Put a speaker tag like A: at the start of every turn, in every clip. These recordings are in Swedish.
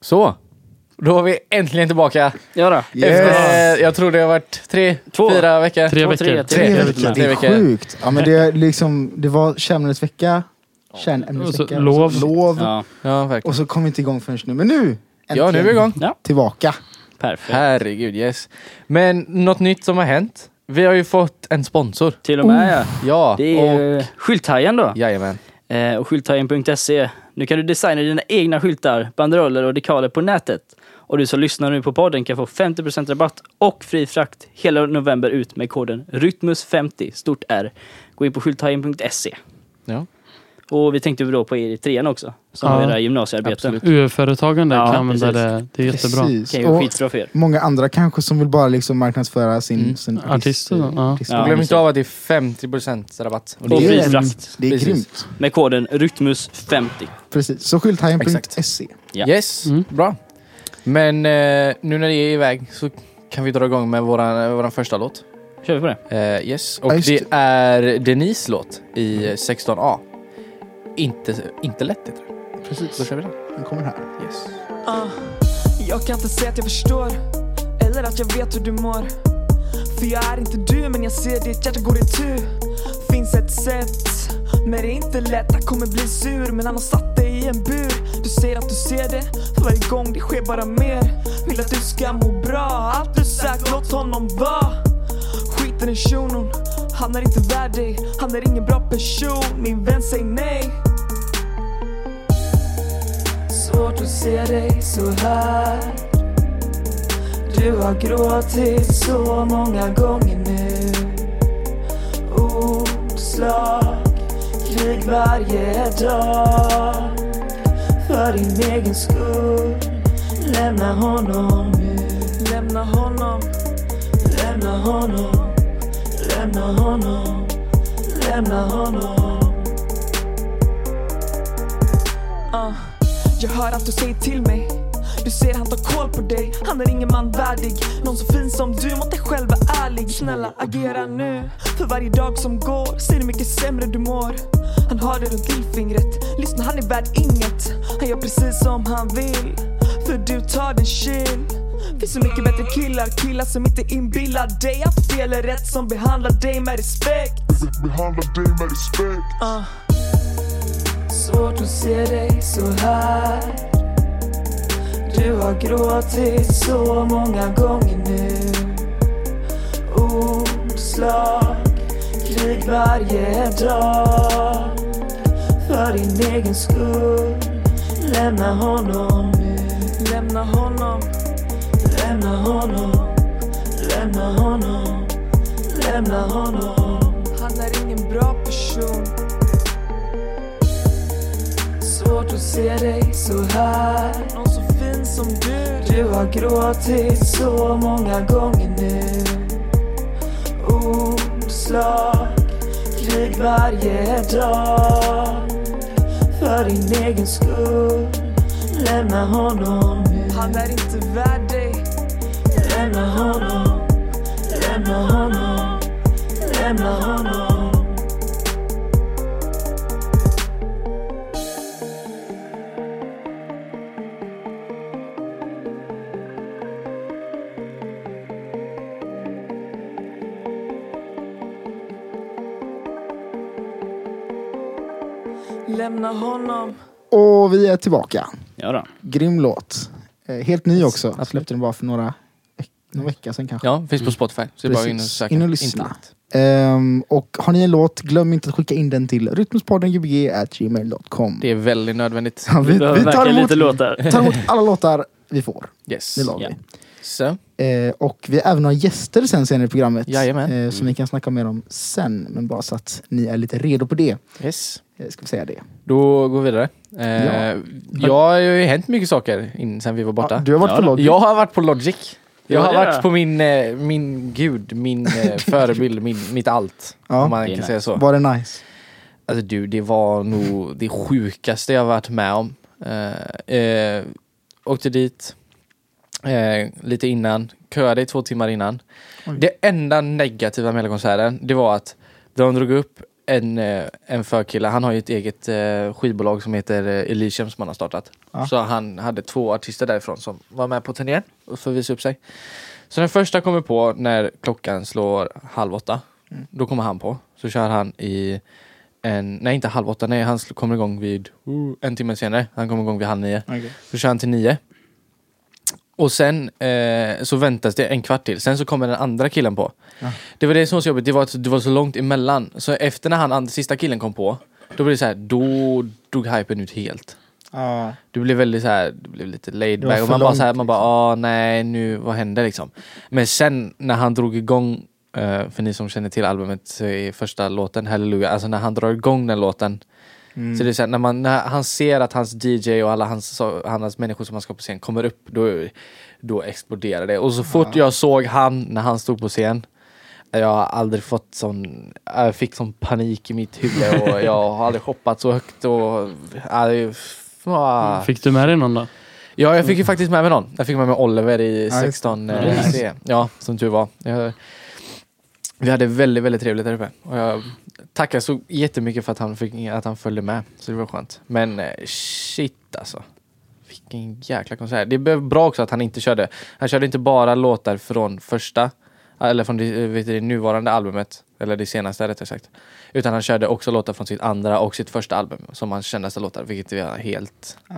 A: Så! Då var vi äntligen tillbaka.
B: Ja då.
A: Efter, eh, jag tror det har varit tre,
B: Två.
A: fyra veckor.
C: Tre
B: Två,
C: veckor.
B: tre, tre.
C: Tre
B: Tre
C: veckor.
A: Tre
D: Det är
A: veckor.
D: sjukt. Ja, men det, är liksom, det var kärnämnesvecka,
C: Och så
D: kärnämnesvecka,
C: lov.
D: och så lov.
B: Ja,
A: Ja, verkligen.
D: Och så kom vi inte igång förrän nu. Men nu!
A: Ja, nu är vi
D: äntligen
A: igång.
D: Tillbaka.
B: perfekt.
A: Herregud, yes. Men något nytt som har hänt. Vi har ju fått en sponsor.
B: Till och med ja.
A: Ja,
B: Det är
A: och...
B: ju Skylthajen då.
A: Jajamän.
B: Eh, och skylthajen.se. Nu kan du designa dina egna skyltar, banderoller och dekaler på nätet. Och du som lyssnar nu på podden kan få 50% rabatt och fri frakt hela november ut med koden RYTMUS50, stort R. Gå in på skylthajen.se.
A: Ja.
B: Och vi tänkte då på er i trean också, som
C: Ja.
B: har era gymnasiearbeten.
A: Absolut.
C: UF-företagen där
B: Ja,
C: kan använda
B: precis.
C: det. Det är jättebra.
D: Precis.
B: Kan ju vara
D: Och
B: skitbra för er.
D: många andra kanske som vill bara liksom marknadsföra sin,
A: Mm.
D: sin
C: Artister,
D: artist-
C: ja.
D: artist-
B: Ja.
A: Och glöm
B: precis.
A: inte av att det är 50% rabatt. Och
B: Och
A: det
D: Det
B: fri
A: är...
D: en-
B: frakt
D: Det är
A: Precis.
D: grymt.
B: med koden RYTMUS50.
D: Precis. Så skylthajen.se.
B: Ja.
A: Yes,
C: Mm.
A: bra. Men eh, nu när det är iväg så kan vi dra igång med våran, eh, våran första låt.
B: Kör vi på det?
A: Eh, yes, och
D: Ja, just
A: det
D: det.
A: är Denise låt i 16A. Inte, inte lätt heter det. Då
D: Precis.
A: kör vi den.
D: Den kommer här.
A: Yes.
E: Ah, jag kan inte säga att jag förstår eller att jag vet hur du mår. För jag är inte du, men jag ser ditt hjärta går i tu. Finns ett sätt, men det är inte lätt. Jag kommer bli sur, men han har satt dig i en bur. Du säger att du ser det, för varje gång det sker bara mer. Vill att du ska må bra, allt du sagt, låt honom vara. Skiten i shunon, han är inte värd dig. Han är ingen bra person, min vän, säg nej. Svårt att se dig så här Du har gråtit så många gånger nu Ordslag, krig varje dag För din egen skull Lämna honom nu Lämna honom Lämna honom Lämna honom Lämna honom Ah, jag hör att du säger till mig Du ser han tar koll på dig Han är ingen man värdig Någon så fin som du mot dig själv är ärlig Snälla agera nu För varje dag som går ser du mycket sämre du mår Han har dig runt lillfingret Lyssna han är värd inget Han gör precis som han vill För du tar din chill Finns så mycket bättre killar Killar som inte inbillar dig att fel är rätt Som behandlar dig med respekt
F: behandlar dig med respekt
E: Ah. Svårt att se dig så här Du har gråtit så många gånger nu Ordslag, krig varje dag För din egen skull Lämna honom nu Lämna honom Lämna honom Lämna honom Lämna honom Han är ingen bra person Svårt att se dig så här Någon så fin som du Du har gråtit så många gånger nu Ordslag, krig varje dag För din egen skull Lämna honom nu Han är inte värd dig Lämna honom Lämna honom Lämna honom Lämna honom
D: Och vi är tillbaka.
B: Ja då.
D: Grym låt. Eh, helt ny också. Jag släppte den bara för några veck- någon vecka sedan kanske.
A: Ja, finns på Spotify. Så det är bara in och
D: Precis.
A: söka.
D: In och lyssna.
A: Inte lätt.
D: Ehm, och har ni en låt, glöm inte att skicka in den till rytmuspoddengbg.gmail.com.
A: Det är väldigt nödvändigt.
D: Ja, vi,
B: Vi behöver
D: vi tar,
B: verkligen
D: emot,
B: lite låtar.
D: tar emot alla låtar vi får.
A: Yes.
D: Det lovar
B: Ja.
D: vi.
A: Så,
D: Eh, och vi har även några gäster sen senare i programmet.
A: Jajamän. Mm.
D: Eh, som vi kan snacka mer om sen. Men bara så att ni är lite redo på det.
A: yes.
D: Eh, ska vi säga det.
A: Då går vi vidare. Eh, Jag har ju hänt mycket saker in, sen vi var borta.
D: Ja, du har varit
B: Ja
D: på
B: då.
D: logg.
A: Jag har varit på Logic. Jag
B: Ja,
A: har
B: det
A: varit
B: är.
A: på min, eh, min gud, min eh, förebild, min, mitt allt.
D: Ja.
A: Om man
B: Det är
A: kan
B: nice.
A: säga så.
D: Var det nice?
A: Alltså du, det var nog det sjukaste jag varit med om. Eh, eh, åkte dit eh, lite innan, köade i två timmar innan.
D: Oj.
A: Det enda negativa med hela konserten, det var att de drog upp en, eh, en förkille, han har ju ett eget eh, skivbolag som heter eh, Elysium som han har startat.
D: Ja.
A: Så han hade två artister därifrån som var med på turnén och för att visa upp sig. Så den första kommer på när klockan slår halv åtta.
D: Mm.
A: Då kommer han på. Så kör han i en, nej inte halv åtta, nej han sl- kommer igång vid uh, en timme senare. Han kommer igång vid halv nio.
D: Okej.
A: Så kör han till nio. Och sen eh, så väntas det en kvart till, sen så kommer den andra killen på.
D: Ja.
A: Det var det som var så jobbigt, det var att det var så långt emellan. Så efter när han, and- sista killen kom på, då blev det så här, då dog hypen ut helt.
D: Ja.
A: Det blev väldigt så här, det blev lite laid
D: Det var
A: back. Och
D: för
A: man bara
D: långt, liksom.
A: så här, man bara, ah, nej nu, vad hände liksom? Men sen när han drog igång, eh, för ni som känner till albumet, så är första låten, Halleluja, alltså när han drar igång den låten,
D: Mm.
A: så det är så här, när, man, när han ser att hans DJ och alla hans, så- hans människor som han ska på scen kommer upp, då, då exploderar det. Och så fort jag såg han när han stod på scen, jag har aldrig fått sån, jag fick sån panik i mitt huvud och jag har aldrig hoppat så högt och... ja, det är- ah.
C: Fick du med dig någon då?
A: Ja, jag fick ju faktiskt med mig någon. Jag fick med mig Oliver i
D: Mm. Ja, just
A: 16
C: Ja,
A: eh, C. Ja, som tur var. Jag, vi hade väldigt, väldigt trevligt där uppe. Och jag tackar så jättemycket för att han, fick, att han följde med. Så det var skönt. Men eh, shit alltså. Vilken jäkla konsert. Det blev bra också att han inte körde. Han körde inte bara låtar från första, eller från det, eh, vet du, det nuvarande albumet, eller det senaste rättare sagt. Utan han körde också låtar från sitt andra och sitt första album, som hans kändaste låtar, vilket är helt
D: Ja.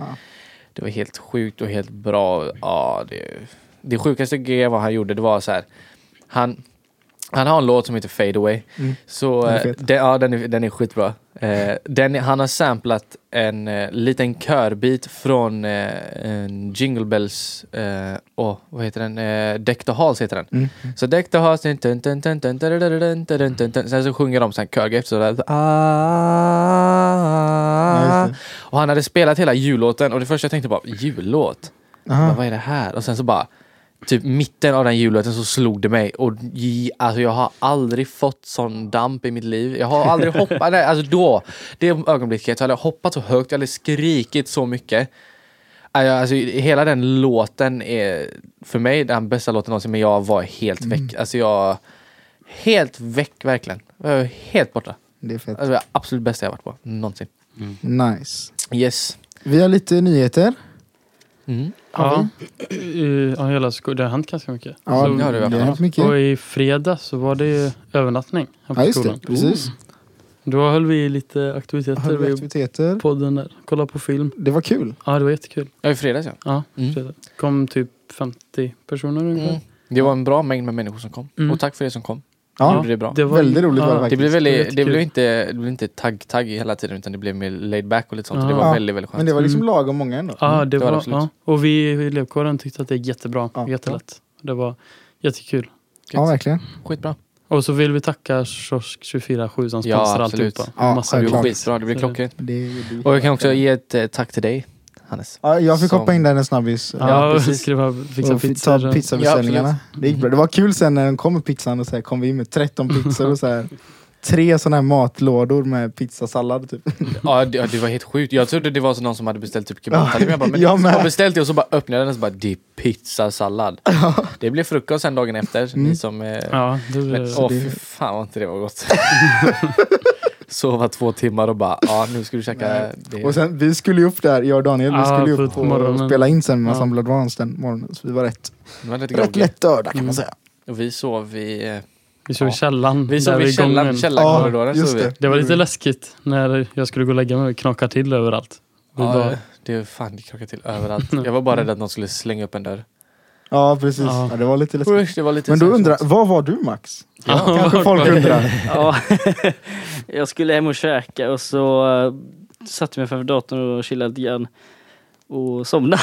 A: det var helt sjukt och helt bra. Ja, det, det sjukaste grejen vad han gjorde det var så här. Han, han har en låt som heter Fade Away.
D: Mm.
A: Så
D: Den är
A: eh,
D: fet.
A: den, ja, den, är, den är skitbra. Eh, den, han har samplat en eh, liten körbit från eh, en Jingle Bells, eh, åh, vad heter den? Eh, Deck the Halls heter den.
D: Mm.
A: Så Deck the Halls, dun, dun, dun, dun, dun, dun, dun, dun, dun, dun, dun. sen så sjunger de sen körgrepp så där.
D: Ja,
A: Ah,
D: just
A: och han hade spelat hela jullåten och det första jag tänkte bara, jullåt? Bara,
D: Aha.
A: vad är det här? Och sen så bara, typ mitten av den jullåten så slog det mig. Och j- alltså jag har aldrig fått sån damp i mitt liv. Jag har aldrig hoppat, nej, alltså då, det ögonblicket, så hade jag hoppat så högt, jag hade skrikit så mycket. Alltså, alltså, hela den låten är för mig den bästa låten någonsin, men jag var helt väck. Alltså jag, helt väck verkligen. Jag var helt borta.
D: Det är fett.
A: Alltså, det var absolut bästa jag varit på, någonsin. Mm.
D: Nice.
A: Yes.
D: Vi har lite nyheter.
A: Mm.
C: Ja. Eh, Ja, hela sko- det har hänt ganska mycket.
D: Ja,
C: Så-
A: Mm. det har
D: det
A: du
D: har hänt mycket.
C: Och i fredag så var det övernattning här på
D: Ja, just
C: skolan.
D: det. Precis.
C: Då höll vi lite aktiviteter.
D: Har vi
C: vi
D: aktiviteter?
C: podden där. Kolla på film.
D: Det var kul.
C: Ja, det var jättekul.
A: Ja, i fredags ja.
C: Ja,
A: Mm.
C: fredag. kom typ 50 personer ungefär.
A: Mm. Det var en bra mängd med människor som kom.
C: Mm.
A: Och tack för er som kom.
D: Ja,
A: Ja. Det blev bra.
C: det var-
D: Väldigt roligt var det
A: Det
D: faktiskt.
C: det
A: blev,
C: var
A: väldigt, det
C: jättekul.
A: blev inte, det blev inte tagg-tagg hela tiden utan det blev mer laid back och lite sånt. Och det
C: Ja.
A: var
D: Ja.
A: väldigt, väldigt
D: Men
A: skönt.
D: det var liksom
C: Mm.
D: lagom många ändå.
C: Ja,
A: Mm,
C: det
A: det var
C: var,
A: det absolut.
C: ja. Och vi i elevkåren tyckte att det är jättebra.
D: Ja.
C: Jättelätt. Det var jättekul.
D: Ja, verkligen.
A: Skitbra.
C: Och så vill vi tacka Kiosk 247 som
A: Ja,
C: sponsrar
A: absolut.
C: alltihopa.
D: Ja,
A: Det
C: Massa
A: blev
D: Självklart.
C: skit.
A: skitbra, det blev
C: Så det-
A: klockrent.
D: Det gjorde vi.
A: Och jag kan också ge ett eh, tack till dig, Hannes.
D: Ja, jag fick
A: Som-
D: hoppa in där en snabbis.
A: Ja,
C: Ja, vi
A: precis.
C: skrev här, fixa
D: och
C: pizza.
D: ta
C: där.
D: pizzabeställningarna. det gick bra. Det var kul sen när de kom med pizzan och så här kom vi in med 13 pizzor och så här, tre sådana här matlådor med pizzasallad typ.
A: Ja, det, ja, det var helt sjukt. Jag trodde det var så någon som hade beställt typ kebabtallrik. Men jag bara, men
D: jag
A: jag
D: med.
A: har beställt det och så bara öppnade jag den och så bara, det är pizzasallad. Det blev frukost sen dagen efter. Ni som... eh,
C: Ja, det
A: men-
C: blir...
A: Åh, fy fan vad inte det var gott. Sova två timmar och bara, ja nu ska du käka det.
D: Och sen, vi skulle ju upp där, jag och Daniel, vi
C: Ja,
D: skulle ju
C: på
D: upp och
C: morgonen.
D: spela in sen med
C: Ja.
D: Ensemble Advance den morgonen. Så vi var rätt,
A: Det var lite
D: rätt
A: groggy.
D: lätt döda kan man
C: Mm.
D: säga.
A: Och vi sov i... eh,
C: Vi såg
A: Ja.
C: källaren.
A: Vi
C: där
A: sov i
C: vid
A: källaren,
C: gången.
A: källarkorridoren. sov vi.
C: Det var lite läskigt när jag skulle gå och lägga mig och knaka till överallt. Vi
A: Ja,
C: bara,
A: det är fan det krockade till överallt. Jag var bara rädd att någon skulle slänga upp en dörr.
D: Ja, precis.
C: Ja.
D: Ja, det var lite läskigt.
A: Usch, Det var lite
D: Men då
A: så här
D: undrar,
A: svårt.
D: vad var du Max?
C: Ja,
D: Kanske
C: vart
D: folk
C: var-
D: undrar.
B: Ja, jag skulle hem och käka och så eh, satte jag mig framför datorn och chillade lite grann och somnade.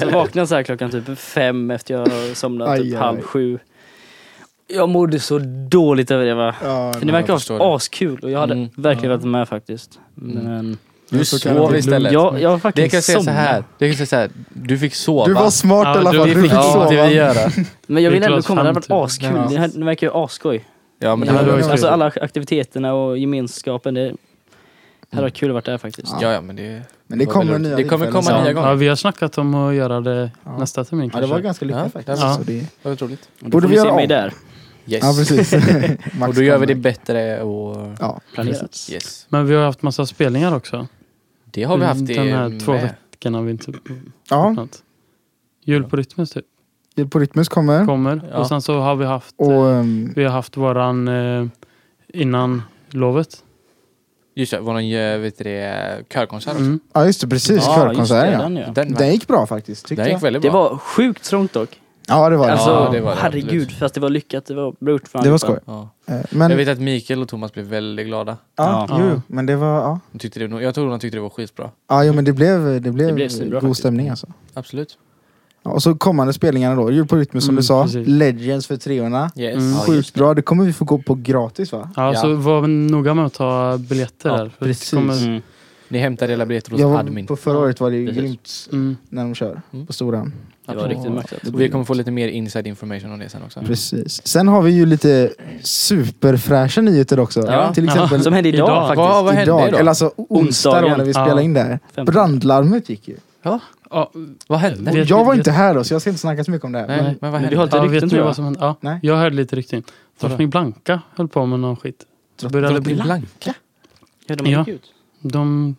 B: så vaknade jag så här klockan typ fem efter jag somnat,
D: Aj,
B: typ
D: aj,
B: halv
D: aj.
B: sju. Jag mådde så dåligt över det va.
D: Ja,
B: För ni
A: jag
B: verkar ha
A: förstår
B: haft
A: det.
B: askul och jag hade
A: Mm.
B: verkligen varit med faktiskt.
D: Mm.
B: Men
A: Du
D: Så kan det
A: sov
D: bli.
A: istället.
B: jag, jag har
A: Det
B: faktiskt
A: kan jag säga så
B: somnat.
A: här. Det kan jag säga så här. Du fick sova.
D: du var smart
C: Ja,
D: i alla
C: du
D: fall,
C: fick
D: du fick
A: ja, det vi
D: sova.
A: göra.
B: Men jag
C: Det är
B: vill ändå
C: klart
B: komma, det hade varit
C: fram
A: typ.
B: askul.
D: Ja.
B: Det, här, det verkar ju asskoj.
A: Ja, men det
C: Ja,
A: hade
C: det var
A: varit
C: ju
B: alltså
A: kul.
B: alla aktiviteterna och gemenskapen. Det hade varit kul att vara där faktiskt.
A: Ja, ja, men det...
D: Men det
A: var
D: kommer
A: väldigt
D: nya
A: roligt. Det kommer
D: tillfällen
A: komma
D: sen.
A: nya gånger.
C: Ja, vi har snackat om att göra det
D: Ja.
C: nästa termin
D: Ja, det
C: kanske.
D: var ganska lyckat
A: Ja,
D: faktiskt.
A: det var
D: Så det,
A: Det var roligt.
B: Då
D: Borde
B: får
D: vi
B: ni se
D: göra
B: mig
D: om?
B: där.
A: Yes.
D: Ja, precis. Max
A: och då gör vi det
D: comeback.
A: bättre och
D: Ja,
B: planerat.
A: yes.
C: Men vi har haft massa spelningar också.
A: Det har vi
C: Den
A: haft det
C: här två
A: med.
C: veckorna har vi inte gjort
D: ja.
C: något. Jul på Rytmus typ.
D: Jul på Rytmus kommer.
C: kommer.
A: Ja.
C: Och sen så har vi haft,
D: Och
C: eh,
D: ehm,
C: vi har haft våran eh, innan lovet.
A: Just det, våran eh, vet du det, körkonsert också.
C: Mm.
D: ja, just det. Precis.
B: Ja, just det,
D: Körkonserten ja.
B: den, ja.
A: Den,
D: Den gick bra faktiskt. tyckte
A: den gick
D: jag.
A: väldigt
B: Det
A: bra.
B: var sjukt trångt dock.
D: Ja, det var det.
B: Alltså,
A: Ja, det var det,
B: herregud.
A: absolut.
B: Fast det var lyckat. Det var bra gjort för
D: Det var
B: allihopa.
D: skoj.
A: Ja.
D: Eh, Men,
A: Jag
D: ja,
A: vet att Mikael och Thomas blev väldigt glada.
B: Ja.
D: Jo, men det var... Ja,
A: De tyckte det, nog- jag tror de tyckte det var skitbra.
D: ja jo, men det blev, det blev,
B: Det blev svinbra
D: god
B: faktiskt.
D: stämning alltså.
A: Absolut.
D: Ja, och så kommande spelningarna då. Jul på Rytmus som
C: Mm,
D: du sa.
C: precis.
D: Legends för treorna.
A: Yes.
C: Mm.
A: Ja,
D: Sjukt
A: just det.
D: bra. Det kommer vi få gå på gratis va?
C: Ja,
A: Ja.
C: så var noga med att ta biljetter
A: Ja,
C: där. för det
D: precis.
C: Kommer,
B: Mm.
A: Ni hämtade hela biljetter hos
D: Jag var,
A: admin.
D: på förra året var det ju
B: Precis.
D: grymt
C: mm.
D: när de kör
A: Mm.
D: på Storan.
B: Det var riktigt alltså. maxat.
A: Vi kommer få lite mer inside information om det sen också.
D: Precis. Sen har vi ju lite superfräscha nyheter också.
B: Ja.
D: Till exempel
B: Som hände idag,
C: Idag.
B: faktiskt.
A: Vad, vad hände
D: idag,
A: idag?
D: eller alltså onsdag då
B: Onsdagen.
D: när vi
C: Ja.
D: spelade in där.
B: Femton.
D: Brandlarmet gick ju.
C: ja,
A: vad hände?
C: Vet-
D: Jag var
C: vet-
D: inte här då så jag ska inte snacka så mycket om det här.
A: Nej,
D: Men,
A: men, vad
B: Men
A: hände?
B: vi har inte
C: ja,
B: rykten
C: vet ni
B: tror jag.
C: vad som hände? Ja,
D: Nej.
C: jag hörde lite rykten.
D: Vadå?
C: Drottning Blanka höll på med någon skit. Började
A: Drottning
C: bli-
A: Blanka?
B: Ja, de gick
C: Ja.
B: ut.
C: De,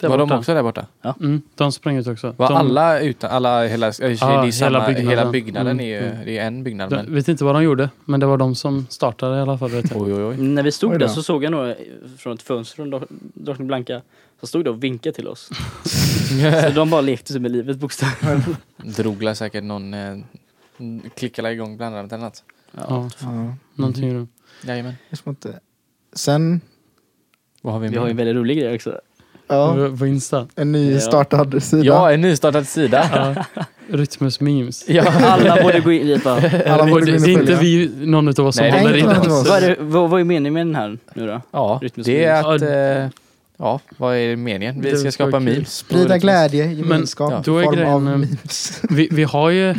C: där
A: Var de
C: borta.
A: också där borta?
C: Mm, de sprang ut också.
A: Var
C: de,
A: alla utan, alla, hela, ja, det är
C: Ja,
A: samma,
C: hela
A: hela byggnaden,
C: byggnaden. Mm,
A: är ju, det är en byggnad
C: de,
A: men...
C: vet inte vad de gjorde, men det var de som startade i alla fall. Vet jag.
A: Oj, oj, oj.
B: När vi
D: Oj
B: stod
D: då.
B: där så såg jag några från ett fönster från Dro- Drottning Blanka som stod där och vinkade till oss. så de bara lekte sig med livet bokstavligt.
A: Drog la säkert någon, eh, klickade igång bland annat annat.
C: Ja,
D: ja,
C: någonting gjorde de.
A: Jajamän.
D: jag ska inte. Sen,
A: Vad har vi
B: Vi har ju en
A: med?
B: väldigt rolig grej också.
D: ja,
C: På Insta.
D: en ny
B: Ja.
D: startad sida.
A: Ja, en nystartad sida.
C: Ja, Rytmus memes.
A: ja.
B: Alla borde gå in i bara.
D: Alla
C: Och
D: borde
C: det,
D: gå
C: det
D: in
C: är
D: och
C: inte
D: följa.
C: vi, någon utav oss som
A: Nej, det är
C: håller
D: inte
C: i
D: någon
C: den.
D: utav oss.
B: Vad, är det, vad, vad är meningen med den här nu då?
A: ja,
B: Rytmus
A: det är
C: memes.
A: att, eh, ja, vad är meningen? Vi
C: Det
A: ska
C: var
A: skapa
C: kul.
A: memes.
D: Sprida
C: Men-
D: glädje, gemenskap,
A: ja,
C: då är
D: form av
C: grejen, eh,
D: memes.
C: Vi, vi har ju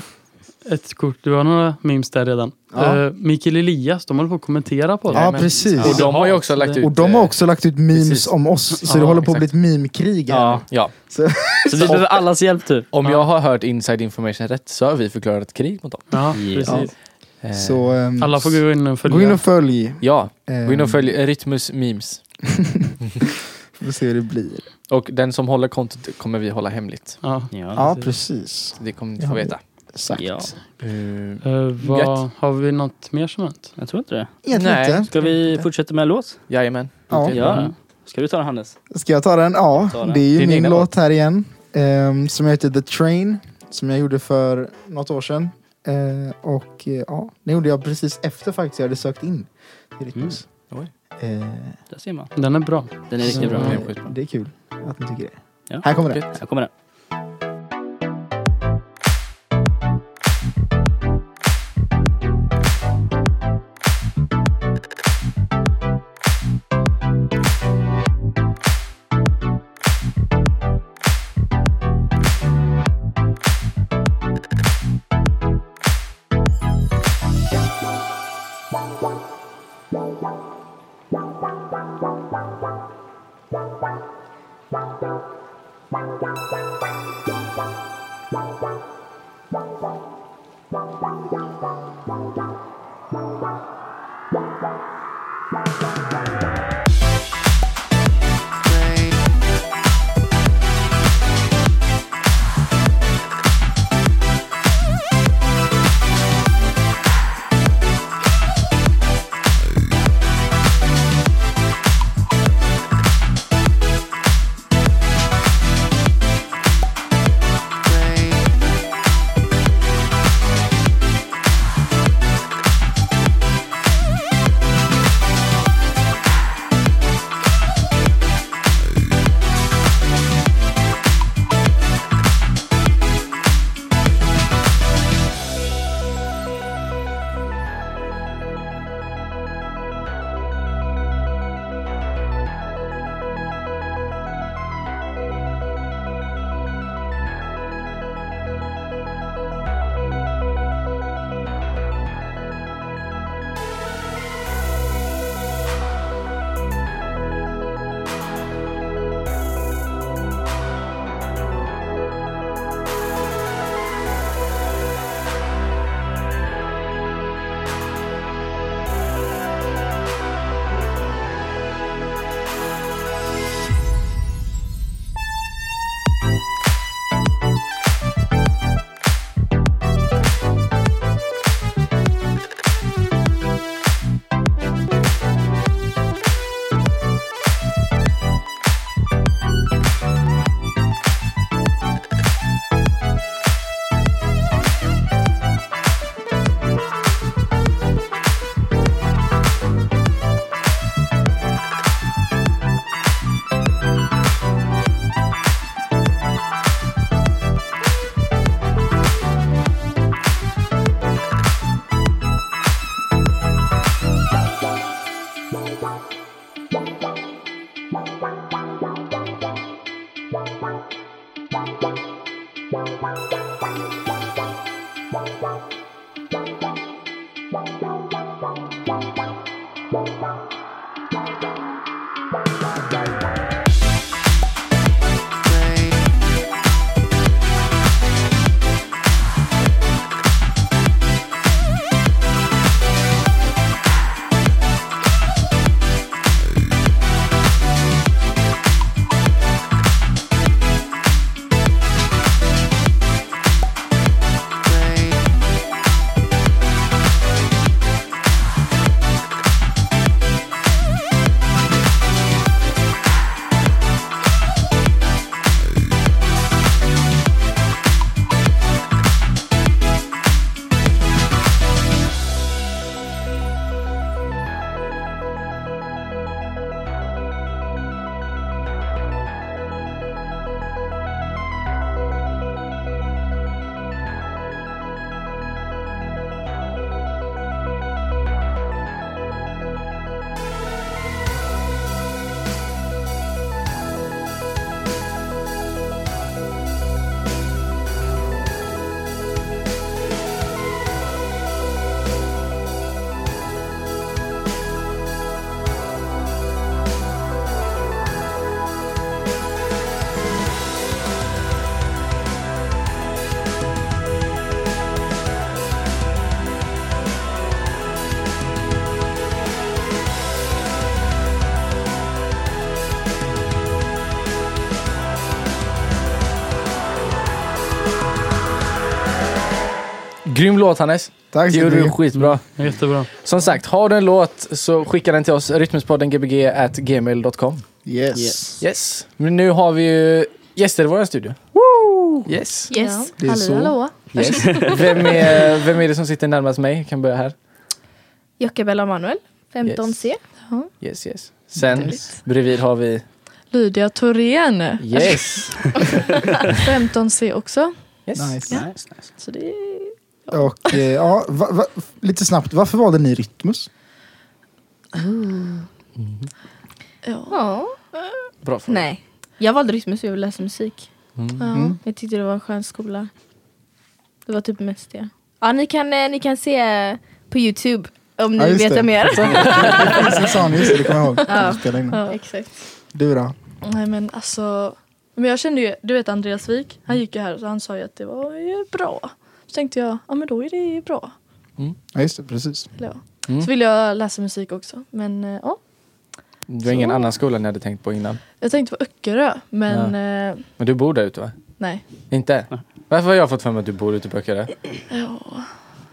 C: ett kort, du har några memes där redan.
D: Ja.
C: Eh, Mikael Elias, de håller på att kommentera på det.
D: Ja,
A: men-
D: precis.
A: Och de har ju också
C: Ja,
A: lagt
C: det-
A: ut...
D: Och de har
A: eh,
D: också lagt ut memes
A: precis.
D: om oss, så
A: Ja,
D: det håller på att bli
A: exakt.
D: ett meme-krig här.
B: Ja.
A: Ja,
B: Så vi behöver allas hjälp typ.
A: om
C: Ja.
A: jag har hört inside information rätt så har vi förklarat ett krig mot dem.
C: Ja,
B: Ja.
C: precis.
A: Eh,
D: Så ehm,
C: Alla får Mm. gå in och följa.
D: gå in och följ.
A: Ja,
D: Ehm,
A: gå in och följ eh, Rytmus memes.
D: Får vi se hur det blir.
A: Och den som håller kontot kommer vi hålla hemligt.
C: ja.
D: Ja, precis.
A: Så det kommer ni få veta.
D: Exakt.
B: Ja.
A: Eh,
C: Eh, vad,
A: Gött.
C: har vi något mer som hänt?
B: Jag tror inte det.
D: Egentligen
A: Nej.
D: inte.
B: Ska vi fortsätta med en låt?
A: Jajamän.
D: Ja.
B: Ja. Ska du ta den Hannes?
D: Ska jag ta den? Ja,
B: Ta den.
D: det är ju
A: Din
D: min
A: egna
D: låt här igen. ehm, som heter The Train. Som jag gjorde för något år sedan. Eh, och eh, ja, det gjorde jag precis efter faktiskt jag hade sökt in i Rytmus.
A: Mm. Oj.
D: Eh,
B: Där ser man.
C: Den är bra.
B: Den är riktigt
D: så,
B: bra.
A: Den är skitbra.
D: Det är kul att ni tycker det.
B: Ja.
D: Här kommer den.
B: Här kommer den.
A: Grym låt Hannes.
D: Tack
A: Det
D: så Mm.
A: gjorde du
D: mycket.
A: skitbra.
C: Jättebra.
A: Som sagt, har du en låt så skicka den till oss. Rytmuspodden gbg at gmail.com.
D: Yes.
B: Yes.
A: Yes. Men nu har vi ju gäster i vår studio. Woo! Yes.
G: Yes,
D: Det är
G: hallå
D: så.
G: hallå.
A: yes. Vem, är, vem är det som sitter närmast mig? Kan börja här.
G: Jockebella Manuel, 15C.
A: Yes, yes. Sen bredvid har vi...
H: Lydia Thorén,
A: Yes.
H: 15C Alltså, också.
A: yes.
D: Nice.
B: Nice, nice.
G: Så det är
D: Och eh, ja, va, va, lite snabbt, varför valde ni Rytmus?
H: Ja.
G: Ja.
A: Bra fråga.
G: Nej. Jag valde rytmus för jag ville läsa musik.
A: Mm.
H: Ja.
D: Mm.
G: Jag tyckte det var en skön skola. Det var typ mest det. Ja, ni kan, eh, ni kan se eh, på Youtube om ni
D: Ja, just
G: vet
D: det.
G: mer.
D: Det finns en sån, just det, det kommer jag ihåg.
G: Ja.
D: Spela in.
H: Ja.
G: Exakt.
D: Du då?
H: Nej men alltså. Men jag kände ju, du vet Andreas Wik, han gick ju här och han sa ju att det var ju bra. Så tänkte jag, ja men då är det ju bra.
D: Ja just det, precis.
H: Eller, ja.
A: Mm.
H: Så ville jag läsa musik också. Men eh, ja,
A: Det var ingen annan skola ni hade tänkt på innan.
H: jag tänkte på Öckerö. Men eh,
A: Men du bor där ute va?
H: nej.
A: Inte? Varför har jag fått för mig att du bor ute på Öckerö?
H: Ja,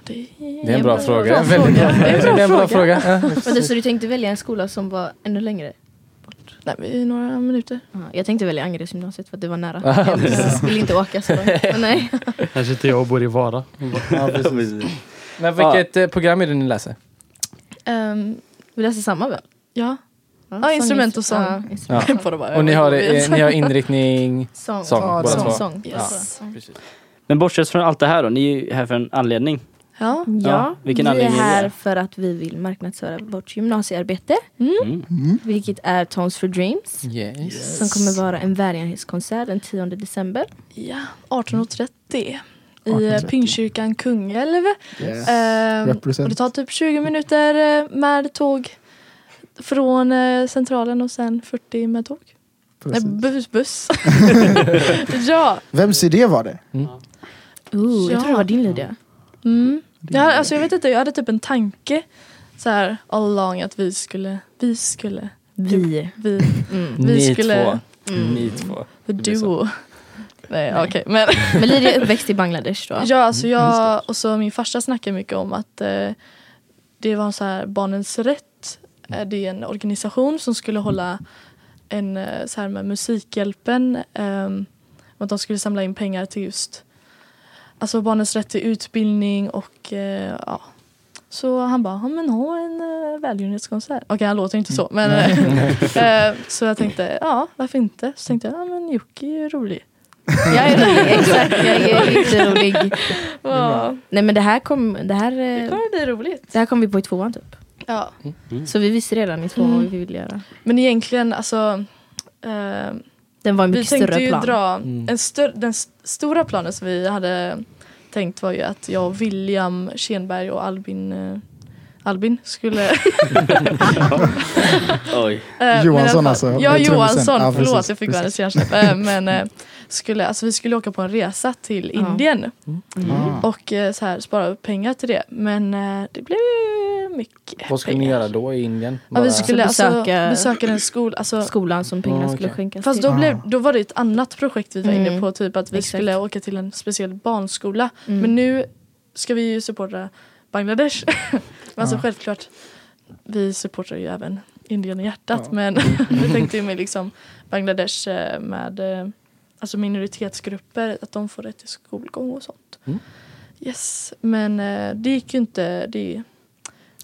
H: det är,
A: Det är en bra fråga.
H: Bra
A: En väldigt-
H: fråga.
A: Det är en bra fråga. Ja.
G: Men du, så du tänkte välja en skola som var ännu längre?
H: Nej, vi är några minuter.
G: Ja, jag tänkte välja Angereds gymnasiet för att det var nära. Jag ville inte åka så långt. Men nej.
C: Här sitter jag och bor i Vara.
D: Ja,
A: Men vilket eh, program är det ni läser?
H: Ehm,
G: Vi läser samma väl?
H: ja, Ja, instrument och sång.
G: Ja, instrument
H: på det bara.
A: Och ni har, eh, ni har inriktning...
G: Sång.
A: Sång,
G: Ja,
A: båda
G: sång,
A: två.
G: sång.
H: Yes.
B: Men bortsett från allt det här då, ni är ju här för en anledning.
H: Ja.
B: Ja,
G: Ja,
B: vilken
G: vi är
B: anledning är det?
G: här för att vi vill marknadsföra vårt gymnasiearbete.
B: Mm.
G: Vilket är Tones for Dreams.
A: Yes.
G: Som kommer vara en välgörenhetskonsert den 10 december.
H: ja, 18.30 i eh,
D: 18.30.
H: Pingstkyrkan Kungälv.
D: Yes.
H: Ehm,
D: Represent.
H: och det tar typ 20 minuter eh, med tåg från eh, centralen och sen 40 med tåg. Nej,
D: Precis.
H: buss, buss. ja.
D: Vems idé var det?
G: Ooh,
H: Ja.
G: Jag tror det var din Lydia.
H: Mm. Jag, hade, alltså, jag vet inte, jag hade typ en tanke så här all along att vi skulle, vi skulle,
G: Vi.
H: vi,
G: Mm.
H: vi
A: Ni
H: skulle,
A: två. Ni två.
H: the
A: Det blir så.
H: duo. Nej,
G: Nej.
H: okej, men
G: Men Lydia är uppväxt i Bangladesh då.
H: Ja, alltså jag och så min farsa snackar mycket om att eh, det var så här Barnens Rätt. Eh, Det är en organisation som skulle hålla en eh, så här med Musikhjälpen. ehm, och att de skulle samla in pengar till just alltså barnens rätt till utbildning och eh, ja. Så han bara, ja men ha en eh, välgörenhetskonsert. Okej han låter inte så men eh, eh, så jag tänkte, ja varför inte? Så tänkte jag, ja men Jocke är ju rolig.
G: Jag är rolig, exakt. Jag är jätterolig.
H: Ja,
G: Nej men det här kom, det här,
H: det
G: eh,
H: kommer bli roligt.
G: det här kom vi på i tvåan typ.
H: Ja.
G: Så vi visste redan i tvåan
H: Mm.
G: vad vi ville göra.
H: Men egentligen alltså eh,
G: Den var en
H: Vi
G: mycket
H: tänkte
G: större
H: ju
G: plan.
H: dra,
A: Mm.
H: en stör, den s- stora planen som vi hade tänkt var ju att jag, William Schenberg och Albin eh, Albin skulle... eh,
B: Oj.
H: men i alla
D: Johansson
H: fall-
D: alltså,
H: Ja,
D: trummisen.
H: Johansson.
D: Ja, precis,
H: förlåt, jag fick
D: precis.
H: världens hjärnsläpp. Eh, Men eh, skulle, alltså, vi skulle åka på en resa till
G: Ja.
H: Indien
D: Ah.
H: och eh, så här, spara upp pengar till det. Men eh, det blev ju mycket
A: Vad skulle ni
H: pengar.
A: göra då i Indien?
H: Ja,
A: Bara-
H: vi skulle alltså, besöka,
G: Besöka-
H: en skola. Alltså,
G: Skolan som pengarna
A: Ja,
G: skulle
A: okej.
G: skänkas
H: Fast
G: till.
H: då, blev, då var det ett annat projekt vi var inne
G: Mm.
H: på, typ att vi
G: Exakt.
H: skulle åka till en speciell barnskola.
G: Mm.
H: Men nu ska vi ju supporta Bangladesh. men alltså självklart, vi supportar ju även Indien i hjärtat.
D: Ja.
H: Men vi tänkte ju med liksom Bangladesh eh, med eh, alltså minoritetsgrupper, att de får rätt till skolgång och sånt.
A: Mm.
H: Yes, men eh, det gick ju inte. Det,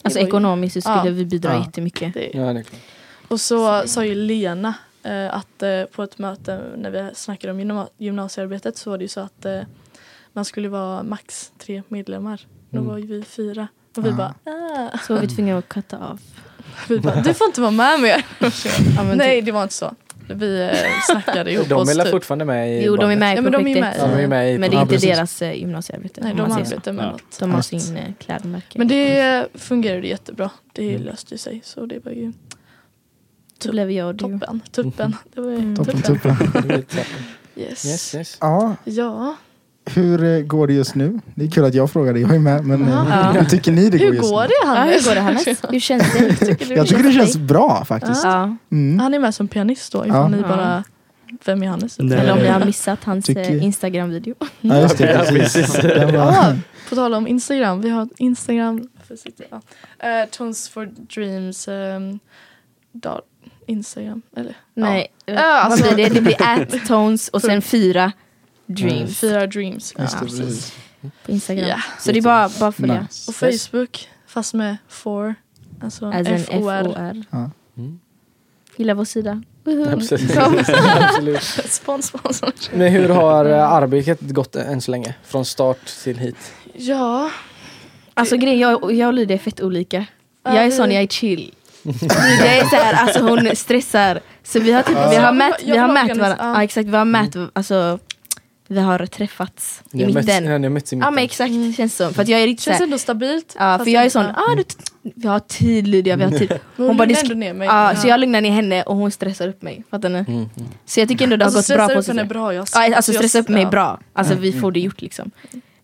G: Alltså
H: det var ju-
G: ekonomiskt så skulle
H: Ja.
G: vi bidra
D: Ja.
G: jättemycket.
H: det,
A: Ja, det är klart.
H: och så sa ju Lena eh, att eh, på ett möte när vi snackade om gymna- gymnasiearbetet så var det ju så att eh, man skulle vara max tre medlemmar. Då
A: Mm.
H: var ju vi fyra. Och vi
D: Ah.
H: bara, ah.
G: Så var vi tvungna att katta av.
H: vi bara, du får inte vara med mer.
G: Ja, men
H: Nej, det var inte så. Vi eh, snackade ihop
A: De
H: oss.
A: är väl
H: typ.
A: fortfarande med i
G: Jo, de är med i
H: Ja, men de är ju
G: projektet.
H: med.
A: Ja, de är med i
G: Men det är
D: Ja,
G: inte
D: precis.
G: deras eh, gymnasiearbete.
H: Nej,
G: om
H: de
G: man säger så.
H: arbetade med
B: Ja.
H: något.
G: de har
D: Rätt.
G: sin eh, klädmärke.
H: Men det fungerade jättebra. Det
A: Mm.
H: löste ju sig. Så det var ju
G: Så blev jag och du.
H: toppen. Tuppen. Det var ju
G: Mm.
D: Toppen,
H: tuppen.
D: toppen.
H: Yes.
A: Yes, yes.
D: Ja,
H: Ja.
D: hur eh, går det just nu? Det är kul att jag frågade, jag är med. Men eh,
H: Ja.
D: hur tycker ni det går
H: Hur
D: just
H: går
D: nu?
H: det
G: Ja,
H: Hannes?
G: hur går det Hannes? Hur känns det?
H: Tycker du
D: Jag tycker det känns
G: dig?
D: bra faktiskt.
G: Ja.
D: Mm.
H: Han är med som pianist då ifall
D: Ja.
H: ni bara Vem är Hannes?
C: Nej.
G: Eller om ni har missat hans
D: Tycker-
G: eh, Instagram-video.
D: Ja, just det. Precis. Den
H: Ja,
D: var-
H: på tal om Instagram, vi har ett Instagram för sitt, ja. Eh, Tones for Dreams ehm, dot Instagram eller?
G: Nej, eh,
H: Ja, alltså-
G: vad blir det? Det blir at tones och sen fyra dreams
H: Fyra Dreams.
D: Just det,
H: Ja.
D: precis.
G: på Instagram.
H: Ja.
G: Så det är bara, bara följa.
D: Nice.
H: Och Facebook fast med for alltså
G: As in
H: F-O-R.
G: F-O-R.
D: Ja.
A: Mm.
G: Gilla vår sida. Woho.
H: Mm-hmm.
A: Absolut.
G: Mm. Kom.
A: Absolut.
H: Spons, spons.
A: Men hur har eh, arbetet gått än så länge? Från start till hit?
H: Ja.
G: Alltså grejen, jag, jag och Lydia är fett olika.
H: Ja,
G: jag är
H: vi-
G: sån, jag är chill. Lydia är såhär, alltså hon stressar. Så vi har, typ, vi
H: Jag
G: har
H: vill-
G: mätt,
H: jag
G: vi har
H: vill
G: mätt
H: organis-
G: varandra.
H: ja.
G: Ja exakt, vi har mätt, alltså vi har träffats i
A: har mötts-
G: mitten.
A: ja, ni har mötts i
G: Ja
A: mitten.
G: men exakt, det känns som. För att jag är riktigt
H: Mm. Känns
G: såhär,
H: ändå stabilt.
G: ja
H: fast
G: för jag är
H: inte-
G: sån, ah, du, vi har tid Lydia, vi har tid.
H: Men
G: hon bara,
H: lugnar
G: disk-
H: ändå ner mig. Alltså,
G: Ja, så jag lugnar ner henne och hon stressar upp mig. Fattar ni?
A: Mm, mm.
G: Så jag tycker ändå det har
H: alltså,
G: gått bra
H: stressar
G: på
H: upp henne
G: sistone.
H: bra. Jag,
G: Ja, alltså
H: jag-
G: stressa upp mig
H: ja.
G: bra. Alltså vi får det gjort liksom.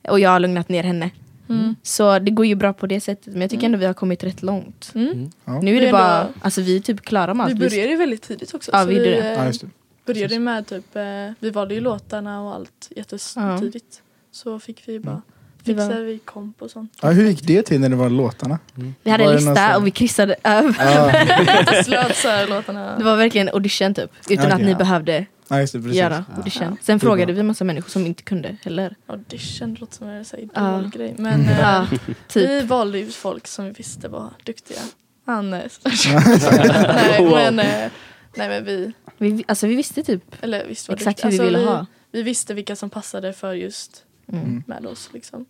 G: Och jag har lugnat ner henne.
H: Mm.
G: Så det går ju bra på det sättet. Men jag tycker ändå vi har kommit rätt långt.
H: Mm.
D: Ja.
G: Nu är
H: Vi
G: det
H: är
G: bara,
H: ändå-
G: alltså vi är typ klara med
H: Vi
G: allt.
H: började ju väldigt tidigt också.
G: Ja,
H: så
G: vi gjorde det.
H: eh,
D: Ja, just det.
H: började ju med typ, eh, vi valde ju låtarna och allt jättetidigt. Så fick vi
G: Mm.
H: bara
G: Det var-
H: fixa vi komp och sånt.
D: Ja, hur gick det till när det var låtarna?
G: Vi hade
D: Var
G: en
D: det
G: lista
D: någonstans?
G: och vi kryssade över.
D: Ja,
H: Det slöt så här låtarna.
G: Det var verkligen audition typ. Utan
D: Okej.
G: att ni
D: Ja.
G: behövde
D: ja, just det. Precis.
G: göra audition. Sen frågade vi massa människor som inte kunde heller.
H: Audition låter som en sån
G: Ja.
H: här grej. Men eh,
G: Ja, typ.
H: vi valde ju folk som vi visste var duktiga. Han eh, nej, men, eh, nej men vi,
G: Vi, alltså vi visste typ
H: eller visst var
G: exakt hur
H: duktiga. Alltså,
G: vi ville ha.
H: vi visste vilka som passade för just
G: Mm.
H: med oss liksom.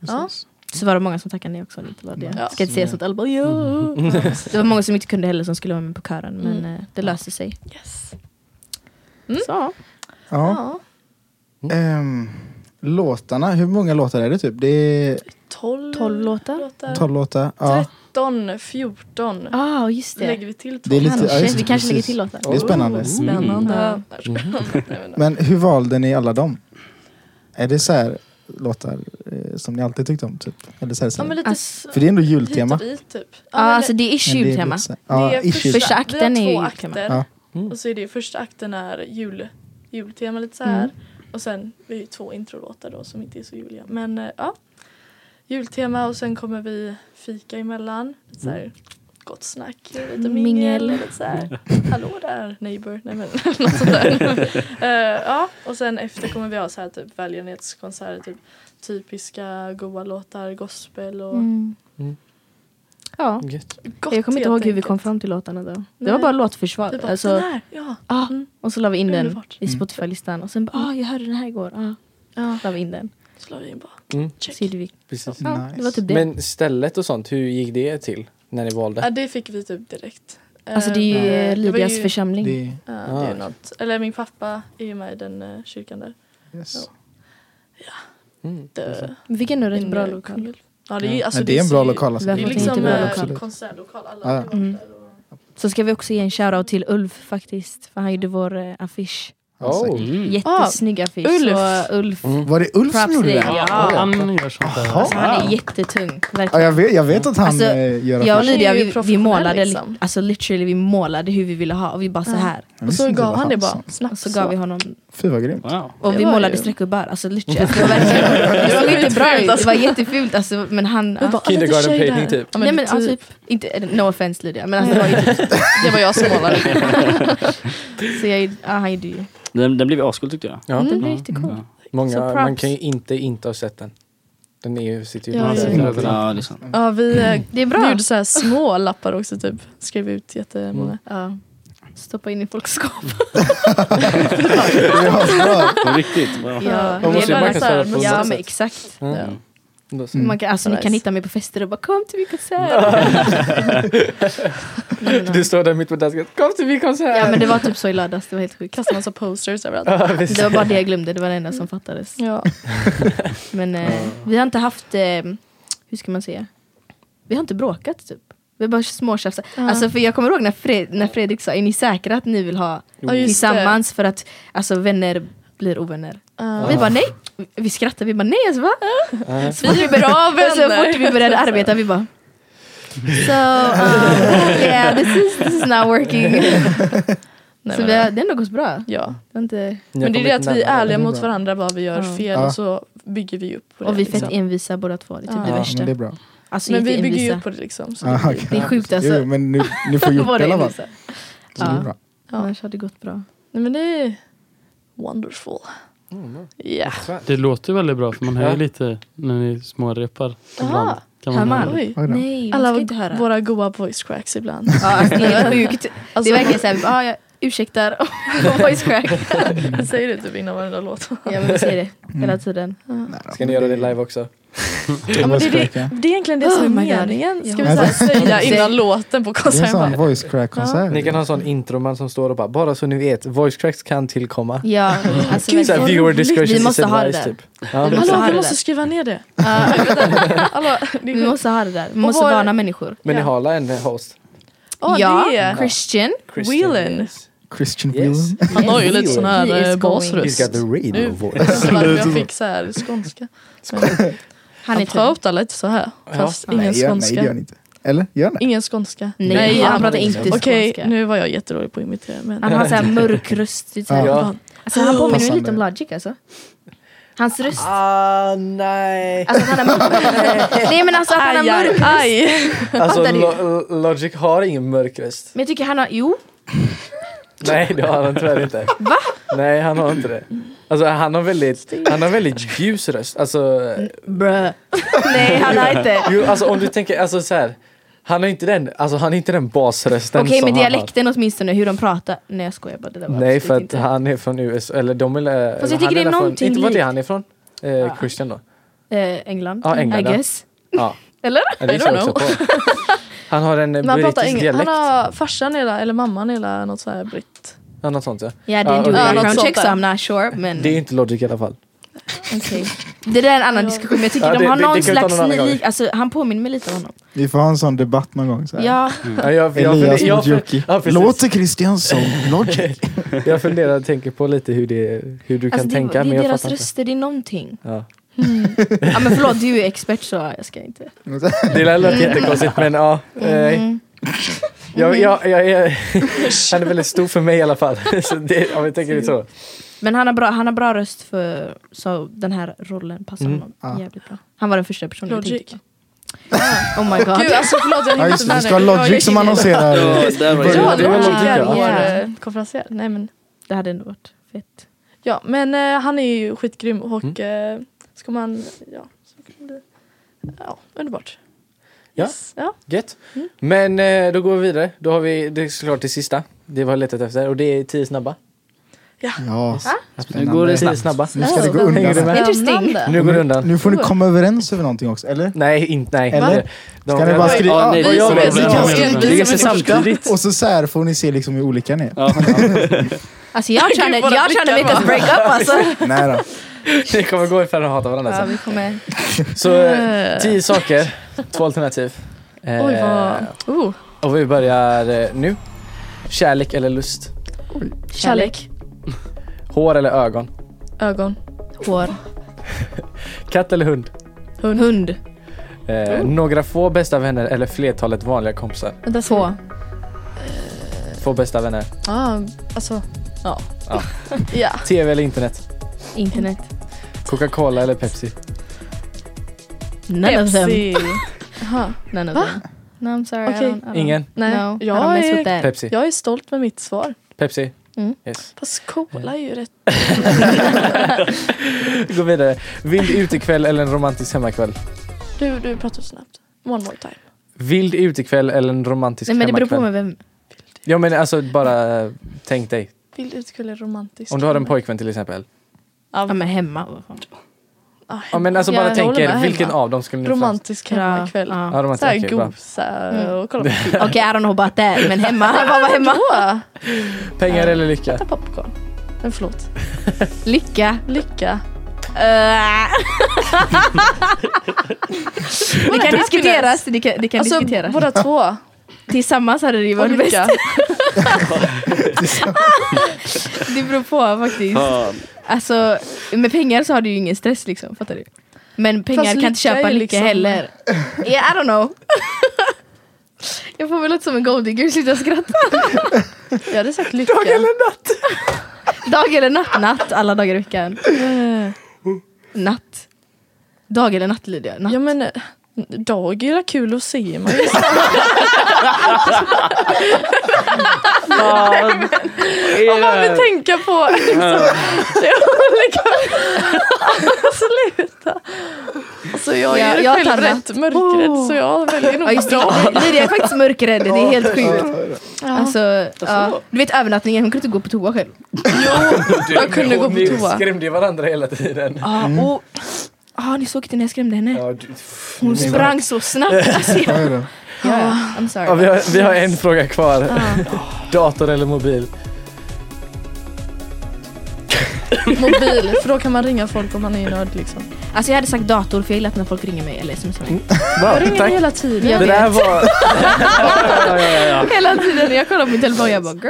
D: Precis.
G: Så var det många som tackade nej också. Lite var det.
H: Ja.
G: Ska inte säga sånt alla bara, ja.
D: Mm.
G: Det var många som inte kunde heller som skulle vara med på kören men
H: Mm.
G: eh, det löste sig.
H: Yes.
G: Så.
D: Ja.
H: Ja.
D: Ehm, låtarna, hur många låtar är det typ? Det är
H: 12,
G: Tolv låtar?
H: låtar.
D: 12 låtar. Ja,
H: 13, 14.
G: Ah, just det.
H: Lägger vi till
D: det är lite,
G: kanske,
D: ja, just det,
G: vi kanske lägger
D: precis.
G: till låtar.
D: Det är spännande.
G: Spännande.
H: Ja, nej, jag skojar. Nej, men-
D: Men hur valde ni alla dem? Är det så här låtar eh, som ni alltid tyckte om? Typ? Eller så här, så
H: Ja,
D: här?
H: men lite
G: Alltså,
D: För det är ändå
H: hit
D: jultema.
H: och dit typ.
G: ja,
H: men
G: alltså det är
D: Men det är
G: jultema.
D: lite så här- Ja,
H: det är
D: ish, ish.
G: Första akten
H: vi
G: är
H: har
G: ju
H: två
G: jultema.
H: akter.
D: Ja.
A: Mm.
H: Och så är det första akten är jul, jultema lite så här.
G: Mm.
H: Och sen vi har ju två introlåtar då som inte är så juliga. Men eh, ja, jultema och sen kommer vi fika emellan. Lite så här. Gott snack, lite mingel,
G: Mm. Mingel.
H: lite så här. Hallå där neighbor, nej men något sånt där. Eh, ja, och sen efter kommer vi ha så här typ välgörenhetskonserter, typ typiska goa låtar, gospel och
G: Mm.
A: Mm.
G: Ja.
A: Gött.
H: gott
G: Jag kommer inte ihåg
H: helt
G: hur vi kom
H: enkelt.
G: fram till låtarna då. Det
H: Nej.
G: var bara
H: Vi
G: låtförsvar.
H: bara,
G: alltså,
H: den här, ja.
G: ah,
H: Mm.
G: och så la vi in den
H: Underbart.
G: i Spotify-listan och sen bara, ah, jag hörde den här igår. Ah,
H: Ja.
G: la vi in den.
H: Så la vi in bara,
A: Mm.
H: check.
G: Så gjorde vi.
A: Precis.
G: Ja,
D: Nice.
G: det var typ det.
A: Men stället och sånt, hur gick det till när ni valde?
H: Ja, det fick vi typ direkt.
G: Alltså det
H: Eh,
G: är ju
H: det var
G: Lydias
H: ju-
G: församling.
D: Det är,
H: Ja, det är
A: Ah.
H: något. Eller min pappa är ju med i den eh, kyrkan där.
D: yes.
A: Mm.
G: Äh.
H: Det,
G: Vi fick ändå
H: in,
G: rätt bra
H: eh,
G: lokal.
H: Kungälv. Ja, det är, ju-
A: Ja.
H: alltså,
D: Men det är en
H: ser
D: bra
H: ju-
D: lokal. Alltså.
G: Det är
H: Det är
G: Verkligen
H: liksom
G: inte bra
H: eh,
G: lokal.
H: konsertlokal. Alla
D: Ja.
H: har varit
G: Mm.
H: där och-
G: Så ska vi också ge en shoutout till Ulf faktiskt. För han gjorde vår eh, affisch.
A: Oh.
D: Alltså.
C: Mm.
G: Jättesnygg affisch.
H: Ulf.
G: Så, eh, Ulf.
A: Mm.
D: Var det Ulf som
G: Props
D: gjorde
G: till
D: den?
G: dig. Ja.
C: Han gör sånt där.
D: Jaha.
G: Alltså, han är jättetung.
D: Ja,
G: Verkligen.
D: jag, vet, jag vet att han
G: Alltså,
D: eh, gör
G: Jag och
D: affärer.
H: är
G: Lydia
H: ju
G: vi, vi
H: professionell,
G: målade,
H: liksom.
G: alltså literally vi målade hur vi ville ha och vi bara så
H: Ja.
G: här.
D: Jag
H: Och
D: visste
H: så
D: inte
H: gav
D: vad
H: han det bara.
D: sa.
H: Snabbt
G: Så gav vi honom
D: Fy vad grymt.
C: Wow.
G: Och
H: Det
G: vi
H: var
G: målade
H: ju-
G: streckgubbar, alltså literally. Alltså, det var verkligen, det såg inte bra ut, det var jättefult alltså, men han...
H: Vi bara, "Ah, lite
A: Kindergarten
H: tjej där."
A: painting, typ.
H: Ja,
G: Nej men
H: typ.
G: alltså, typ, inte, no offense Lydia, men alltså, det var ju typ,
H: det var jag som målade.
G: så jag, ja, han gjorde ju.
B: Den, den blev ascool tyckte jag.
A: Ja.
G: Mm, det är
C: Ja.
G: riktigt coolt.
B: Ja,
A: Många,
G: Så
A: man
G: props.
A: kan ju inte inte ha sett den. Den är ju, sitter ju
H: Ja,
A: på
C: Han
A: sidan.
C: sitter
D: ja.
C: överallt.
B: ja det är sant.
H: Ja, vi, eh,
G: Mm. Det är
H: vi
G: bra.
H: gjorde så här små lappar också typ. Skrev ut
A: Mm.
H: jättemånga.
G: Ja. Stoppa in i folks skåp.
B: På riktigt. Wow.
G: Ja, det är
A: Man måste
G: bara så
A: marknadsföra
G: här-
A: på något
G: ja
A: sätt.
G: men exakt.
A: Mm. Då så.
D: Mm.
G: Man kan, alltså, ni
H: Nice.
G: kan hitta mig på fester och bara kom till min konsert. Nej, men,
A: Du står där mitt på dasken. Kom till min konsert!
G: ja men det var typ så i lördags, det var helt sjukt.
H: Kastade massa posters överallt.
A: Ja, visst.
G: Det var bara det jag glömde, det var det enda som fattades.
H: Ja.
G: Men eh, vi har inte haft, eh, hur ska man säga? Vi har inte bråkat typ. Vi har bara småtjafsat. Alltså för jag kommer ihåg när, Fred- när Fredrik sa, är ni säkra att ni vill ha
H: Ja, just
G: tillsammans för att alltså, vänner blir ovänner?
H: Ja.
G: Vi bara nej, vi skrattade, vi bara nej alltså va?
A: Nej.
G: Så fort vi började, så fort vi började arbeta, vi bara So, um, yeah, this is, this is not working.
H: Nej,
G: så
H: men,
G: vi har, det har ändå gått bra.
H: ja.
G: Det har inte,
A: Ni har
H: Men det är
A: kommit
H: det att vi är
A: närmare.
H: ärliga
D: Det är
H: mot
D: bra.
H: varandra vad vi gör
G: Ja.
H: fel
D: Ja.
H: och så bygger vi upp på det.
G: och vi är fett
H: liksom.
G: envisa båda två, det är typ
H: Ja.
G: det
H: Ja,
G: värsta.
D: men det är bra.
G: Alltså,
H: Men vi bygger ju
G: jätteenvisa.
H: upp på det liksom. Så
D: Aha,
H: det blir-
G: Det är sjukt alltså.
D: Ah, Jo, men ni, ni får gjort det i alla fall.
G: envisa.
D: Så det är
G: Ja.
D: bra.
H: Ja.
G: Annars hade det gått bra.
H: Nej men det är wonderful. Ja.
C: Det låter väldigt bra för man hör
A: Ja.
C: ju lite när ni smårepar. ibland.
H: Aha.
C: Kan
G: Hör
C: höra
G: man?
C: det.
H: Oj.
D: Oj då.
G: Nej, man
H: Alla
G: ska inte höra.
H: våra goa voice cracks ibland.
G: Ja, alltså, det är helt sjukt. Det
H: Alltså,
G: är verkligen såhär, ah, jag ursäktar och voice crack.
H: jag säger det typ innan varenda låt.
G: Ja men vi ser det hela
D: Mm.
G: tiden.
A: Ska ni göra det live också?
H: Ja, men det, är
D: Voice
H: det,
D: crack, ja.
H: det är egentligen det som
G: Oh
H: är
G: my God.
H: meningen. Ska vi
D: Ja.
H: så här säga innan
G: Säg-
H: låten på
D: Det är en
H: konserten?
D: sån
H: bara,
D: voice crack-konsert.
A: Ni kan ha en sån introman som står och bara, bara så ni vet, voice cracks kan tillkomma.
G: Ja, alltså,
A: Gud, så här,
G: verkligen.
A: viewer discussion
G: vi
A: is
G: måste ha det
A: advised,
G: där.
A: typ. Ja,
G: Vi
A: men-
G: måste
H: Hallå,
G: ha
H: vi
G: det
H: måste
G: där.
H: skriva ner det.
G: Ja,
H: Hallå, det är
G: vi Mm, måste ha det där. Vi
H: Och
G: måste
H: var-
G: varna människor.
A: Men ni
H: Ja.
A: har alla en host?
H: Åh,
G: ja,
H: det är-
G: Christian.
A: Christian.
H: Whelan.
A: Yes.
D: Christian
A: Yes.
D: Whelan.
H: Han har ju lite sån
G: He is
H: här eh,
G: going.
H: basröst.
A: He's got the radio
H: Nu-
A: voice.
H: Varför jag fick så här skånska.
G: Han är typ- tuff.
H: pratar lite så här. Fast
A: Ja.
H: ingen
D: Nej, gör, nej, det
H: skånska.
D: gör han inte. Eller? Gör han det?
H: Ingen skånska.
G: Nej, han pratar inte skånska.
H: Okej, nu var jag jätterolig på att imitera. Men...
G: Han har såhär mörk röst. typ så här.
A: Ja.
G: Alltså, han påminner mig
D: Passande.
G: lite om Logic alltså. Hans röst.
A: Ah, nej.
G: Alltså att han har mörk Nej men alltså att han har
H: Aj, aj,
G: mörk röst.
H: aj.
A: Alltså,
G: Fattar du?
A: Lo- Logic har ingen mörk röst.
G: Men jag tycker han har, jo.
A: Nej, det har han tyvärr inte. Va? Nej, han har inte det. Alltså, han har väldigt, han har väldigt ljus röst. Alltså,
G: Bruh. Nej han har inte.
A: jo, alltså om du tänker, alltså så här. Han har inte den, alltså han har inte den basrösten
G: Okej
A: som
G: men
A: han har.
G: dialekten åtminstone, hur de pratar. Nej jag skojar bara, det där var
A: Nej
G: absolut
A: för att
G: inte.
A: han är från USA, eller de är... eh,
G: Fast jag
A: han
G: tycker det är
A: väl från,
G: någonting
A: Inte var det
G: likt.
A: han är från? Eh, Christian då?
G: Eh, England,
A: Ja, England, ja.
G: I guess.
A: Ja.
G: Eller?
A: Ja, det
H: I
A: gissar
H: don't
A: jag också på. Han har en eh,
H: Men han pratar
A: brittisk
H: ingen,
A: dialekt.
H: han har farsan hela, eller mamman hela något så här britt.
A: Ja, något sånt ja.
G: Ja, det är
A: Ja, och
G: inte
A: det är-
G: ja,
H: något
G: någon check så
H: sånt där.
G: I'm not sure. Men
A: Det är ju inte Logic i alla fall.
G: okej. Det där är en annan diskussion. Men jag tycker
A: Ja,
G: de
A: det-
G: har
A: det- det
G: någon
A: kan vi ta
G: slags
A: någon annan gång.
G: lik, alltså han påminner mig lite om honom.
D: Vi får ha en sån debatt någon gång. Så här.
G: Ja,
A: Ja, jag, jag,
D: Elias
A: jag,
D: mot Jocke.
A: ja, precis.
D: Låter Christian som Logic?
A: jag funderar och tänker på lite hur, det, hur du
G: alltså
A: kan
G: det,
A: tänka
G: det
A: men
G: är
A: jag
G: deras
A: fattar inte.
G: röster, det är någonting.
A: Ja.
G: Ja men förlåt, du är expert så jag ska inte.
A: Det där lät jättekonstigt men ja. Eh,
G: Mm.
A: jag, jag, jag, jag, han är väldigt stor för mig i alla fall. Så det, om vi tänker det så.
G: Men han har, bra, han har bra röst för så den här rollen passar
A: Mm.
G: honom
D: Ja.
G: jävligt bra. Han var den första personen jag
H: Logic.
G: tänkte på. Oh my god.
H: Gud alltså förlåt jag
D: Ja,
H: hängde
D: just
H: inte
D: det. Vi
H: med
D: ska ha Logic som annonserar.
B: Ja, där var
H: Ja,
B: det.
A: Det var
H: Logic
A: Logic,
H: är
A: ja.
H: vår
G: Ja.
H: eh, konferencier. Nej men
G: Det hade ändå varit fett.
H: Ja, men eh, han är ju skitgrym och eh, ska man, ja, så kan det bli, ja, underbart.
A: Ja.
H: Yes. ja.
A: Gött. Men eh, då går vi vidare. Då har vi det är såklart det sista. Det var letat efter och det är tio snabba.
D: Ja,
B: Nu går
D: Spännande.
B: det till snabba.
D: Nu ska det gå
A: Hänger du
D: undan.
A: med?
G: Interesting.
H: Spännande.
A: Nu går det undan.
D: Nu får ni komma överens över någonting också, eller?
A: Nej, inte nej.
D: Eller?
A: De,
D: Ska ni bara skriva?
B: Ja, nej,
H: Vad
B: vi
H: gör
B: som
H: vi?
B: är-
H: Vi kan se-
B: vi
H: vi
B: ligger
H: som är
B: samtidigt.
D: Och så, så här får ni se liksom hur olika ni är.
G: Alltså jag trying
H: Gud,
G: to,
H: våra
G: jag trying to
H: blickar
G: make
H: bara.
G: us break up alltså.
D: Nej då.
A: Ni kommer gå ifrån och hata varandra
G: Ja,
A: sen.
G: vi kommer...
A: Så eh, tio saker, två alternativ. Eh,
H: Oj, vad... Oh.
A: Och vi börjar eh, nu. Kärlek eller lust?
H: Kärlek.
A: Hår eller ögon?
H: Ögon.
G: Hår.
A: Katt eller hund?
G: Hund. Hund.
A: Eh,
H: Mm.
A: Några få bästa vänner eller flertalet vanliga kompisar?
H: Vänta, så.
G: Två.
A: Få bästa vänner.
H: Ah, alltså, ja.
A: Ja.
H: ja.
A: TV eller internet?
G: Internet.
A: Coca-Cola eller Pepsi?
G: None of them.
H: Pepsi. Jaha,
G: None of
H: Va?
G: them. No I'm sorry.
H: Okej.
G: I don't, I don't.
A: Ingen?
H: nej.
G: No. I don't
H: Jag,
G: mess with
H: är,
G: that.
A: Pepsi?
H: jag är stolt med mitt svar.
A: Pepsi?
G: Mm.
A: Yes.
H: Fast cola är ju rätt...
A: Gå vidare. Vild utekväll eller en romantisk hemmakväll?
H: Du, du pratar snabbt. One more time.
A: Vild utekväll eller en romantisk
G: Nej men det beror på
A: hemmakväll?
G: med vem.
A: Ja men alltså bara eh, tänk dig.
H: Vild utkväll är romantisk.
A: Om du har en pojkvän till exempel.
G: Ja men hemma. vad fan.
H: Ah,
A: Ja men alltså bara
H: jag
A: tänk
H: håller med,
A: er vilken
H: hemma.
A: av dem skulle ni
H: Romantisk hemmakväll.
G: Ja.
A: Ja, romantisk.
H: Såhär
A: Okej, bra.
H: gosa
G: Mm.
H: och kolla på film.
G: Okej I don't know about that men hemma. Vad var hemma?
H: Åh,
A: Pengar eller lycka?
H: Äta popcorn. Men förlåt.
G: Lycka.
H: Lycka.
G: Eh. det kan diskuteras. Det kan, det kan
H: Alltså
G: diskuteras.
H: båda två.
G: Tillsammans hade det ju
H: Och
G: varit bäst.
H: lycka.
G: Det beror på faktiskt.
B: Ja.
G: Alltså, med pengar så har du ju ingen stress liksom, fattar du? Men pengar
H: Fast
G: kan inte
H: lycka
G: köpa
H: är
G: lycka
H: liksom-
G: heller. Yeah, I don't know. jag får väl låta som en golddigger, sluta skratta.
H: Jag hade sagt lycka. Dag eller
G: Dag eller natt? Natt, alla dagar i veckan. Natt. Dag eller natt lyder jag. Natt.
H: Ja men, eh, dag är ju kul att se man ju.
B: Fan.
H: Om man vill tänka på liksom, det olika... Sluta. Alltså jag
G: Ja,
H: är ju
G: jag
H: själv
G: tar Oh.
H: rätt mörkrädd så jag väljer
G: Ja,
H: nog
G: just det.
H: dag.
G: Lydia är faktiskt mörkrädd, det är helt sjukt. Alltså, ja. Du vet övernattningen, hon kunde inte gå på toa själv.
H: Jag kunde gå
A: Ni
H: på toa.
A: skrämde ju varandra hela tiden.
G: Ja, och, ja ni såg inte när jag skrämde henne.
A: Ja, du-
G: Hon sprang så snabbt. Alltså, jag,
D: Ja, det är det.
G: ja, I'm
A: Ja, vi,
G: sorry.
A: har, vi har en fråga kvar. Dator eller mobil?
H: Mobil, för då kan man ringa folk om man är nörd liksom.
G: Alltså jag hade sagt dator för jag gillar att när folk ringer mig eller smsar mig.
A: Bra,
H: Jag ringer
A: tack.
H: hela tiden.
A: Det där var... ja, ja, ja,
G: Hela tiden när jag kollar på min telefon jag bara girl.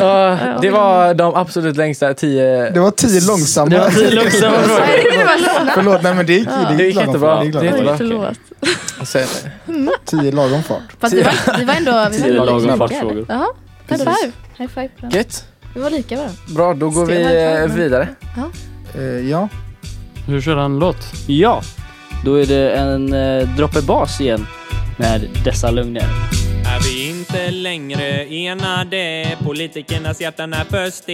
A: ja. Ja, det var de absolut längsta tio...
D: det var tio långsamma.
A: Det var tio långsamma frågor.
D: Förlåt, nej men det gick, det gick,
A: Det gick
D: lagom
A: jättebra.
D: fart. Det gick lagom
A: Det gick-
D: fart.
H: Oj,
A: okej.
H: förlåt.
A: Sen,
D: Tio lagom fart.
G: Fast vi var, vi var ändå... Vi var
B: Tio
G: ändå
B: lagom
G: lika.
B: fartfrågor.
H: Jaha, high five.
G: High five på den.
A: gött.
G: Vi var lika varandra.
A: Bra, då går vi eh, vidare.
D: Eh, ja.
C: Nu kör han låt.
B: Ja, då är det en eh, droppe bas igen med dessa lögner.
I: Är vi inte längre enade? Politikernas hjärtan är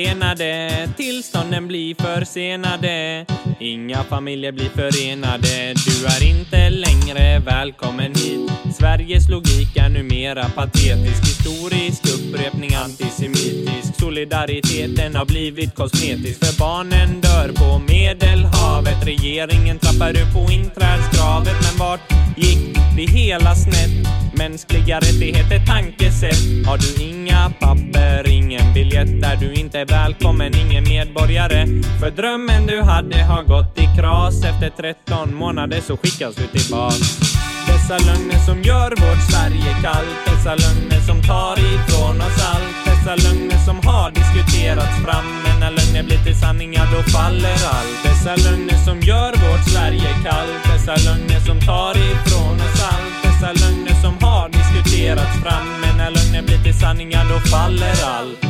I: förstenade. Tillstånden blir försenade. Inga familjer blir förenade. Du är inte längre välkommen hit. Sveriges logik är numera patetisk. Historisk upprepning antisemitisk. Solidariteten har blivit kosmetisk. För barnen dör på medelhavet. Regeringen trappar upp på inträdeskravet. Men vart gick det hela snett? Mänskliga rättigheter, tankesätt. Har du inga papper, ingen biljett är du inte välkommen, ingen medborgare. För drömmen du hade har gått i kras. Efter 13 månader så skickas du tillbaks. Dessa lögner som gör vårt Sverige kallt Dessa lögner som tar ifrån oss allt Dessa lögner som har diskuterats fram Men när lögner blir till sanningar då faller allt Dessa lögner som gör vårt Sverige kallt Dessa lögner som tar ifrån oss allt Dessa lögner som har diskuterats fram Men när lögner blir till sanningar då faller allt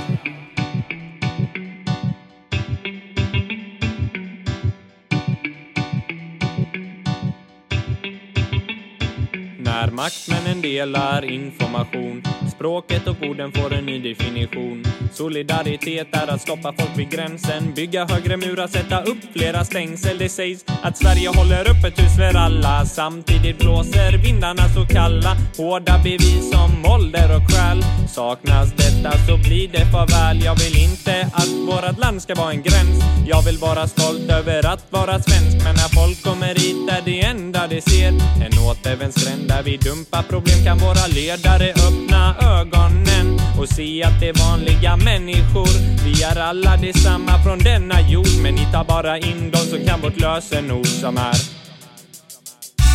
I: När är makt men en del är information. Språket och orden får en ny definition. Solidaritet är att stoppa folk vid gränsen, bygga högre murar, sätta upp flera stängsel. Det sägs att Sverige håller upp ett hus för alla. Samtidigt blåser vindarna så kalla. Hårda bevis som ålder och skäl. Saknas detta så blir det farväl. Jag vill inte att vårat land ska vara en gräns. Jag vill vara stolt över att vara svensk. Men när folk kommer hit är det enda de ser en återvändsgränd där vi dumpar problem. Kan våra ledare öppna ögonen och se att det är vanliga människor. Vi är alla detsamma från denna jord. Men ni tar bara in dem så kan vårt lösenord som är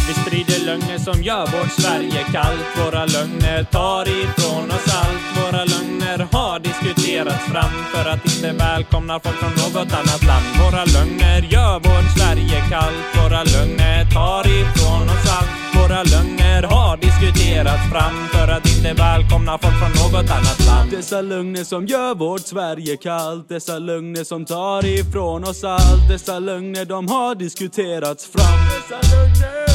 I: vi sprider lögner som gör vårt Sverige kallt. Våra lögner tar ifrån oss allt. Våra lögner har diskuterats fram för att inte välkomna folk från något annat land. Våra lögner gör vårt Sverige kallt. Våra lögner tar ifrån oss allt. Våra lögner har diskuterats fram för att inte välkomna folk från något annat land. Dessa lögner som gör vårt Sverige kallt. Dessa lögner som tar ifrån oss allt. Dessa lögner de har diskuterats fram. Dessa lögner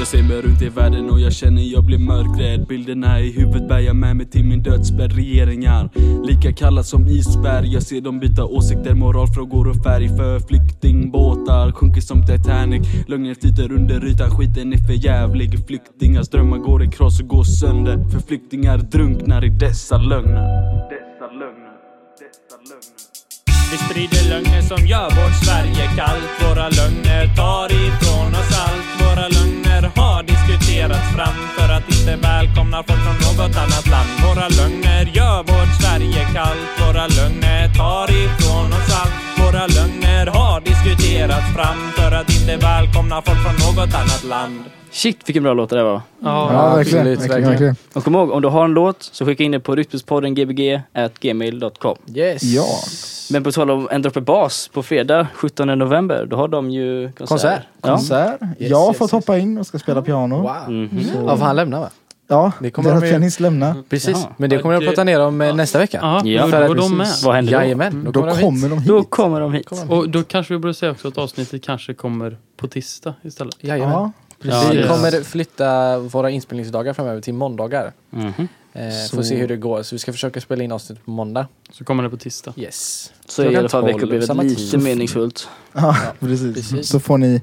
I: jag ser mig runt i världen och jag känner jag blir mörkrädd Bilderna i huvudet bär jag med mig till min dödsbädd Regeringar, lika kalla som isberg Jag ser dem byta åsikter, moralfrågor och färg För flyktingbåtar sjunker som Titanic Lögner flyter under ytan, skiten är för jävlig Flyktingars drömmar går i kras och går sönder För flyktingar drunknar i dessa lögner Dessa lögner, dessa lögner vi sprider lögner som gör vårt Sverige kallt. Våra lögner tar ifrån oss allt. Våra lögner har diskuterats fram för att inte välkomna folk från något annat land. Våra lögner gör vårt Sverige kallt. Våra lögner tar ifrån oss allt. Våra lögner har diskuterats fram för att inte välkomna folk från något annat land.
B: Shit vilken bra låt det där var.
D: Ja, verkligen. verkligen,
A: absolut, verkligen.
D: verkligen.
B: Och kom ihåg, om du har en låt så skicka in det på rytmuspodden gbg gmail.com.
A: Yes.
D: Ja.
B: Men på tal om En droppe bas, på fredag 17 november, då har de ju konsert.
A: Konsert.
B: Ja.
D: Konsert.
A: Yes,
D: jag har
A: yes,
D: fått
A: yes.
D: hoppa in och ska spela piano.
A: Wow.
B: Mhm.
D: Så-
A: Ja, för han lämnar va?
D: Ja,
A: Det
D: det kommer
A: kommer
D: deras
A: de ju- Mm.
D: pianist lämnar.
A: Precis.
B: Jaha.
A: Men det kommer jag
C: Ja,
A: att
C: det-
A: prata ner om eh, nästa vecka.
C: Ja,
B: Ja,
C: då
A: för att-
C: går de med.
B: Vad händer då?
A: Jajamän, då
D: Då
A: kommer de hit.
D: kommer de hit.
B: Då kommer de hit.
C: Och då kanske vi borde säga också att avsnittet kanske kommer på tisdag istället.
A: Jajamän.
D: Ja,
C: Ja,
A: Vi
C: det-
D: precis.
A: kommer flytta våra inspelningsdagar framöver till måndagar.
B: Mhm.
A: Eh, får
D: Så-
A: se hur det går. Så vi ska försöka spela in avsnittet på måndag.
C: Så kommer det på tisdag.
A: Yes.
B: Så är i alla fall
A: Klockan tolv,
B: veckoblivet
A: samma
B: lite
A: tid.
B: meningsfullt.
D: Ja, precis.
A: precis. Mm.
D: Så får ni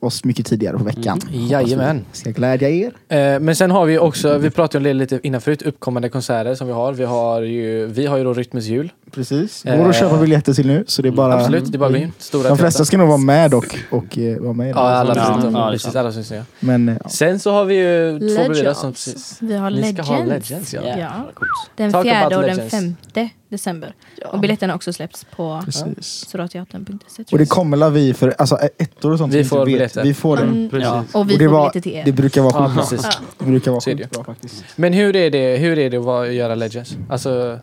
D: oss mycket tidigare på veckan.
A: Jajamän.
D: Hoppas vi Ska glädja er.
A: Eh, men sen har vi också, vi pratade om det lite innan förut, uppkommande konserter som vi har. Vi har ju, vi har ju då Rytmus jul.
D: Precis.
A: Eh,
D: Går att köpa biljetter till nu så det är bara...
A: Absolut, det är bara vi. Stora
D: Mm. De flesta
A: teatern.
D: ska nog vara med dock. Och eh, vara med. i
A: Ja, alla
D: det.
B: Ja,
A: förutom,
B: ja, det är
A: precis,
B: sant.
A: alla som syns.
D: Men eh, ja.
A: Sen så har vi ju två brudar
H: Legends.
A: som precis.
G: Vi har
A: Ni ska
G: Legends.
A: ha Legends, ja.
G: ja.
B: Coolt.
G: Den
A: Talk
G: fjärde
A: about
G: och den
A: Legends.
G: femte december. Och
H: Ja.
G: biljetterna har också släppts på
D: precis.
G: sorateatern.se.
D: Och det kommer la vi för alltså, ä- ettor och sånt.
A: Vi
D: som inte
A: får
D: vet.
A: biljetter.
D: Vi får det.
G: Mm,
C: Precis.
B: Ja.
G: och vi
D: Och det
G: får
D: var-
G: biljetter till er.
D: Det brukar vara
A: Ja,
D: skitbra.
A: precis.
D: Det brukar vara
A: Så är det ju.
D: skitbra faktiskt.
A: Men hur är det, hur är det att vara- göra Legends? Alltså,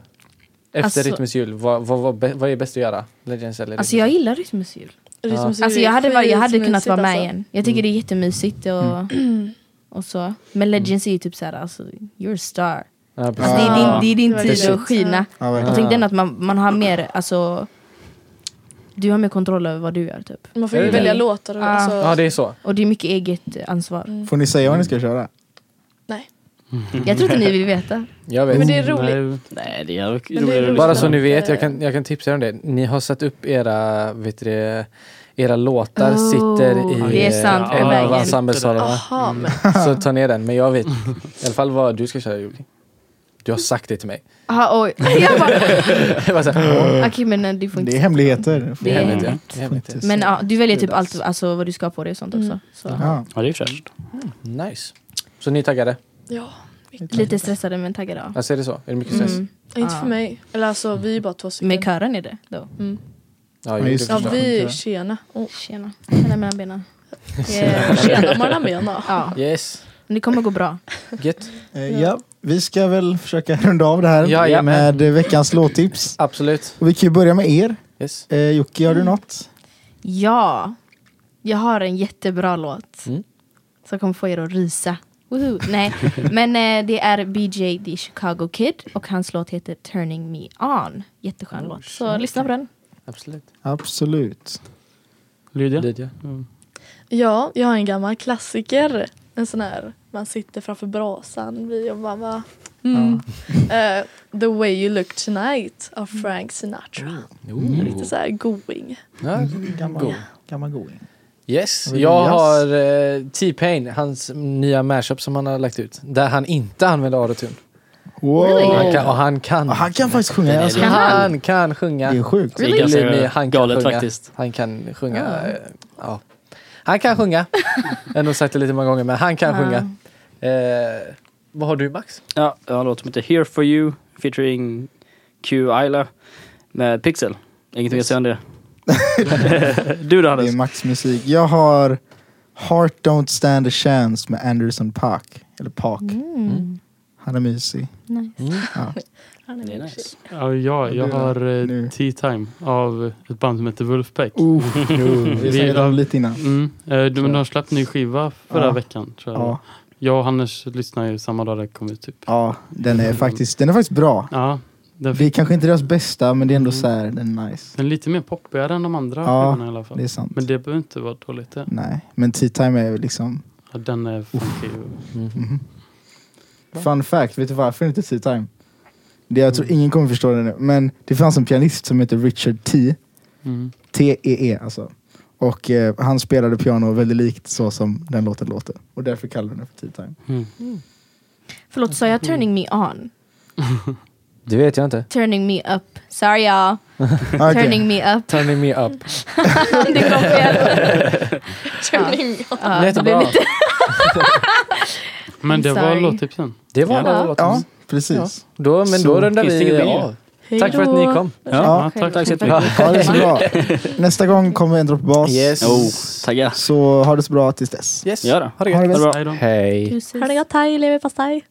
A: efter
G: Alltså-
A: Rytmus jul, vad, vad, vad, bä- vad är bäst att göra? Legends eller
G: Alltså jag gillar Rytmus jul.
H: Rytmusmusik
G: Alltså jag hade,
H: är
G: varit- jag hade kunnat
H: skitmysigt
G: vara med
H: alltså. Mm.
G: igen. Jag tycker det är jättemysigt och, och så. Men Legends är ju typ såhär, alltså, you're a star.
A: Ja, precis.
G: Alltså, det, är
H: Ja.
G: din, det är din
H: Det var
G: tid
A: det.
G: att skina.
D: Ah. Ja,
G: Och
D: verkligen.
G: tänk den att man, man har mer, alltså, du har mer kontroll över vad du gör typ.
H: Man får ju
A: Är det
H: välja
G: det?
H: låtar. Och,
G: Ja.
H: alltså,
A: Ja, det är så.
G: Och det är mycket eget eh, ansvar.
D: Får ni säga vad ni ska köra? Mm.
G: Jag tror inte ni vill veta.
A: Jag vet.
H: men det är roligt.
C: Nej,
B: Nej,
H: det
B: det är
H: är
B: roligare.
H: roligt.
A: Bara så
H: Lyssna.
A: ni vet, jag kan, jag kan tipsa er om det. Ni har satt upp era, vet du, det, era låtar
G: Oh,
A: sitter i
G: det är sant,
A: eh, en
G: verkligen.
A: av ensemblesalarna.
H: Aha, men
A: Så ta ner den. Men jag vet i alla fall vad du ska köra Julie. Du har sagt det till mig.
H: Ah,
G: Aha, oj. Jag bara,
A: Jag bara så här,
G: Okej men nej, du får inte
D: Det är hemligheter.
A: det
G: Det-
A: är hemligt. ja. Det är hemligt, ja.
G: Men ja, du väljer typ
D: Det är dags.
G: allt, alltså, vad du ska ha på dig och sånt också.
H: Mm.
G: Så.
D: Ja.
B: Ja, det är fräscht.
A: Nice. Så ni är taggade?
H: ja,
G: Lite stressade men taggade ja.
A: Alltså är det så? Är det mycket stress?
G: Mm.
H: inte
G: Ja.
H: för mig. Eller alltså vi är bara två stycken.
G: Med kören är det då.
H: Mm.
A: Ja,
D: Ja,
A: det
D: just det.
H: Ja
A: förstår jag.
H: vi, tjena. Oh.
G: Tjena, hela mellan benen. Yeah.
H: Tjena mellan benen.
G: Ja,
A: Yes.
G: men det kommer gå bra.
A: Gött.
D: Eh, ja, vi ska väl försöka runda av det här
A: Jajamän.
D: med eh, veckans låttips.
A: Absolut.
D: Och vi kan ju börja med er.
A: Yes.
D: Eh, Jocke, har
G: Mm.
D: du något?
G: Ja, jag har en jättebra låt.
A: Mm.
G: Som kommer få er att rysa. Woho! Nej, men eh, det är BJ the Chicago Kid och hans låt heter Turning Me On. Jätteskön låt, så lyssna på den.
A: Absolut.
D: Absolut.
C: Lydia?
A: Lydia.
H: Ja, jag har en gammal klassiker. En sån här Man sitter framför brasan, vi och mamma.
D: Ja.
H: Eh, the way you look tonight av Frank Sinatra. Lite så här going.
A: Mm. Ja.
D: Gammal,
A: Go.
D: gammal going.
A: Yes,
D: Vill
A: jag
D: jazz?
A: har eh, T-Pain, hans nya mashup som han har lagt ut. Där han inte använder autotune.
D: Wow.
A: Han kan, och han kan.
D: Ja, Han kan faktiskt sjunga. Alltså.
A: han, han kan sjunga.
D: Det är sjukt.
B: Det är ganska
A: Limi, han kan
B: galet
A: sjunga.
B: faktiskt.
A: Han kan sjunga. eh, Ja. Han kan sjunga. Jag har nog sagt det lite många gånger, men han kan
G: Ja.
A: sjunga. Eh, vad har du Max?
B: Ja, jag har en låt som heter Here for you featuring Q Isla med Pixel. Ingenting att säga om det. du då
D: Det är
B: Hannes?
D: Max musik. Jag har Heart Don't Stand A Chance med Anderson Park. Eller Park.
G: Mm.
D: Han är mysig.
G: Nice.
B: Mm.
H: Han
B: Det är
H: mysig.
B: nice.
C: Ja, ja, jag
D: Du då?
C: har
D: Nu.
C: eh, Tea Time av ett band som heter Wolfpack.
D: Uh, vi
C: Vi-
D: snackade om det lite innan.
C: Mm. Eh, de, de har släppt ny skiva förra
D: Ja.
C: veckan tror jag.
D: Ja,
C: Jag och Hannes lyssnade ju samma dag det kom ut typ.
D: ja den, är faktiskt, den är faktiskt bra.
C: Ja, den,
D: Det är
C: fick,
D: kanske inte deras bästa men det är ändå så här, den är nice.
C: den är lite mer poppigare än de andra
D: Ja,
C: skivorna i alla fall.
D: Det är sant.
C: Men det behöver inte vara dåligt det.
D: Nej, men Tea Time är väl liksom...
C: Ja, den är funky.
A: Mm.
D: mhm. Fun fact, vet du varför inte Tea Time? Det, jag tror ingen kommer förstå det nu, men det fanns en pianist som heter Richard T.
C: Mm.
D: T-E-E alltså. Och eh, han spelade piano väldigt likt så som den låten låter. Och därför kallar vi den för Tea Time.
C: Mm.
G: Förlåt, sa jag turning me on?
A: Det vet jag inte.
G: Turning me up. Sorry y'all.
D: Okej.
G: Turning me up.
A: Turning me up.
G: det kom fel.
H: Turning
G: Ja, det
A: Jättebra.
G: blev lite-
C: Men det var
G: Sorry.
C: låttipsen.
A: Det var
G: Ja.
A: alla låtar.
D: Ja, precis.
A: Då, men
D: Så
A: då rundar
B: finns det
A: vi
B: inget mer.
A: av. Tack för att ni kom.
C: Ja, tack.
B: Tack så
G: Ja.
B: jättemycket.
D: Ha det så bra. Nästa gång kommer en dropp bas.
A: Yes.
B: Oh, tagga.
D: Så ha det så bra tills dess.
A: Yes.
B: Gör det.
A: Ha det
D: Ha det
A: gött.
D: bäst.
C: Hej då.
A: Hej.
G: Puss.
H: Har det gott, hej, leverpastej.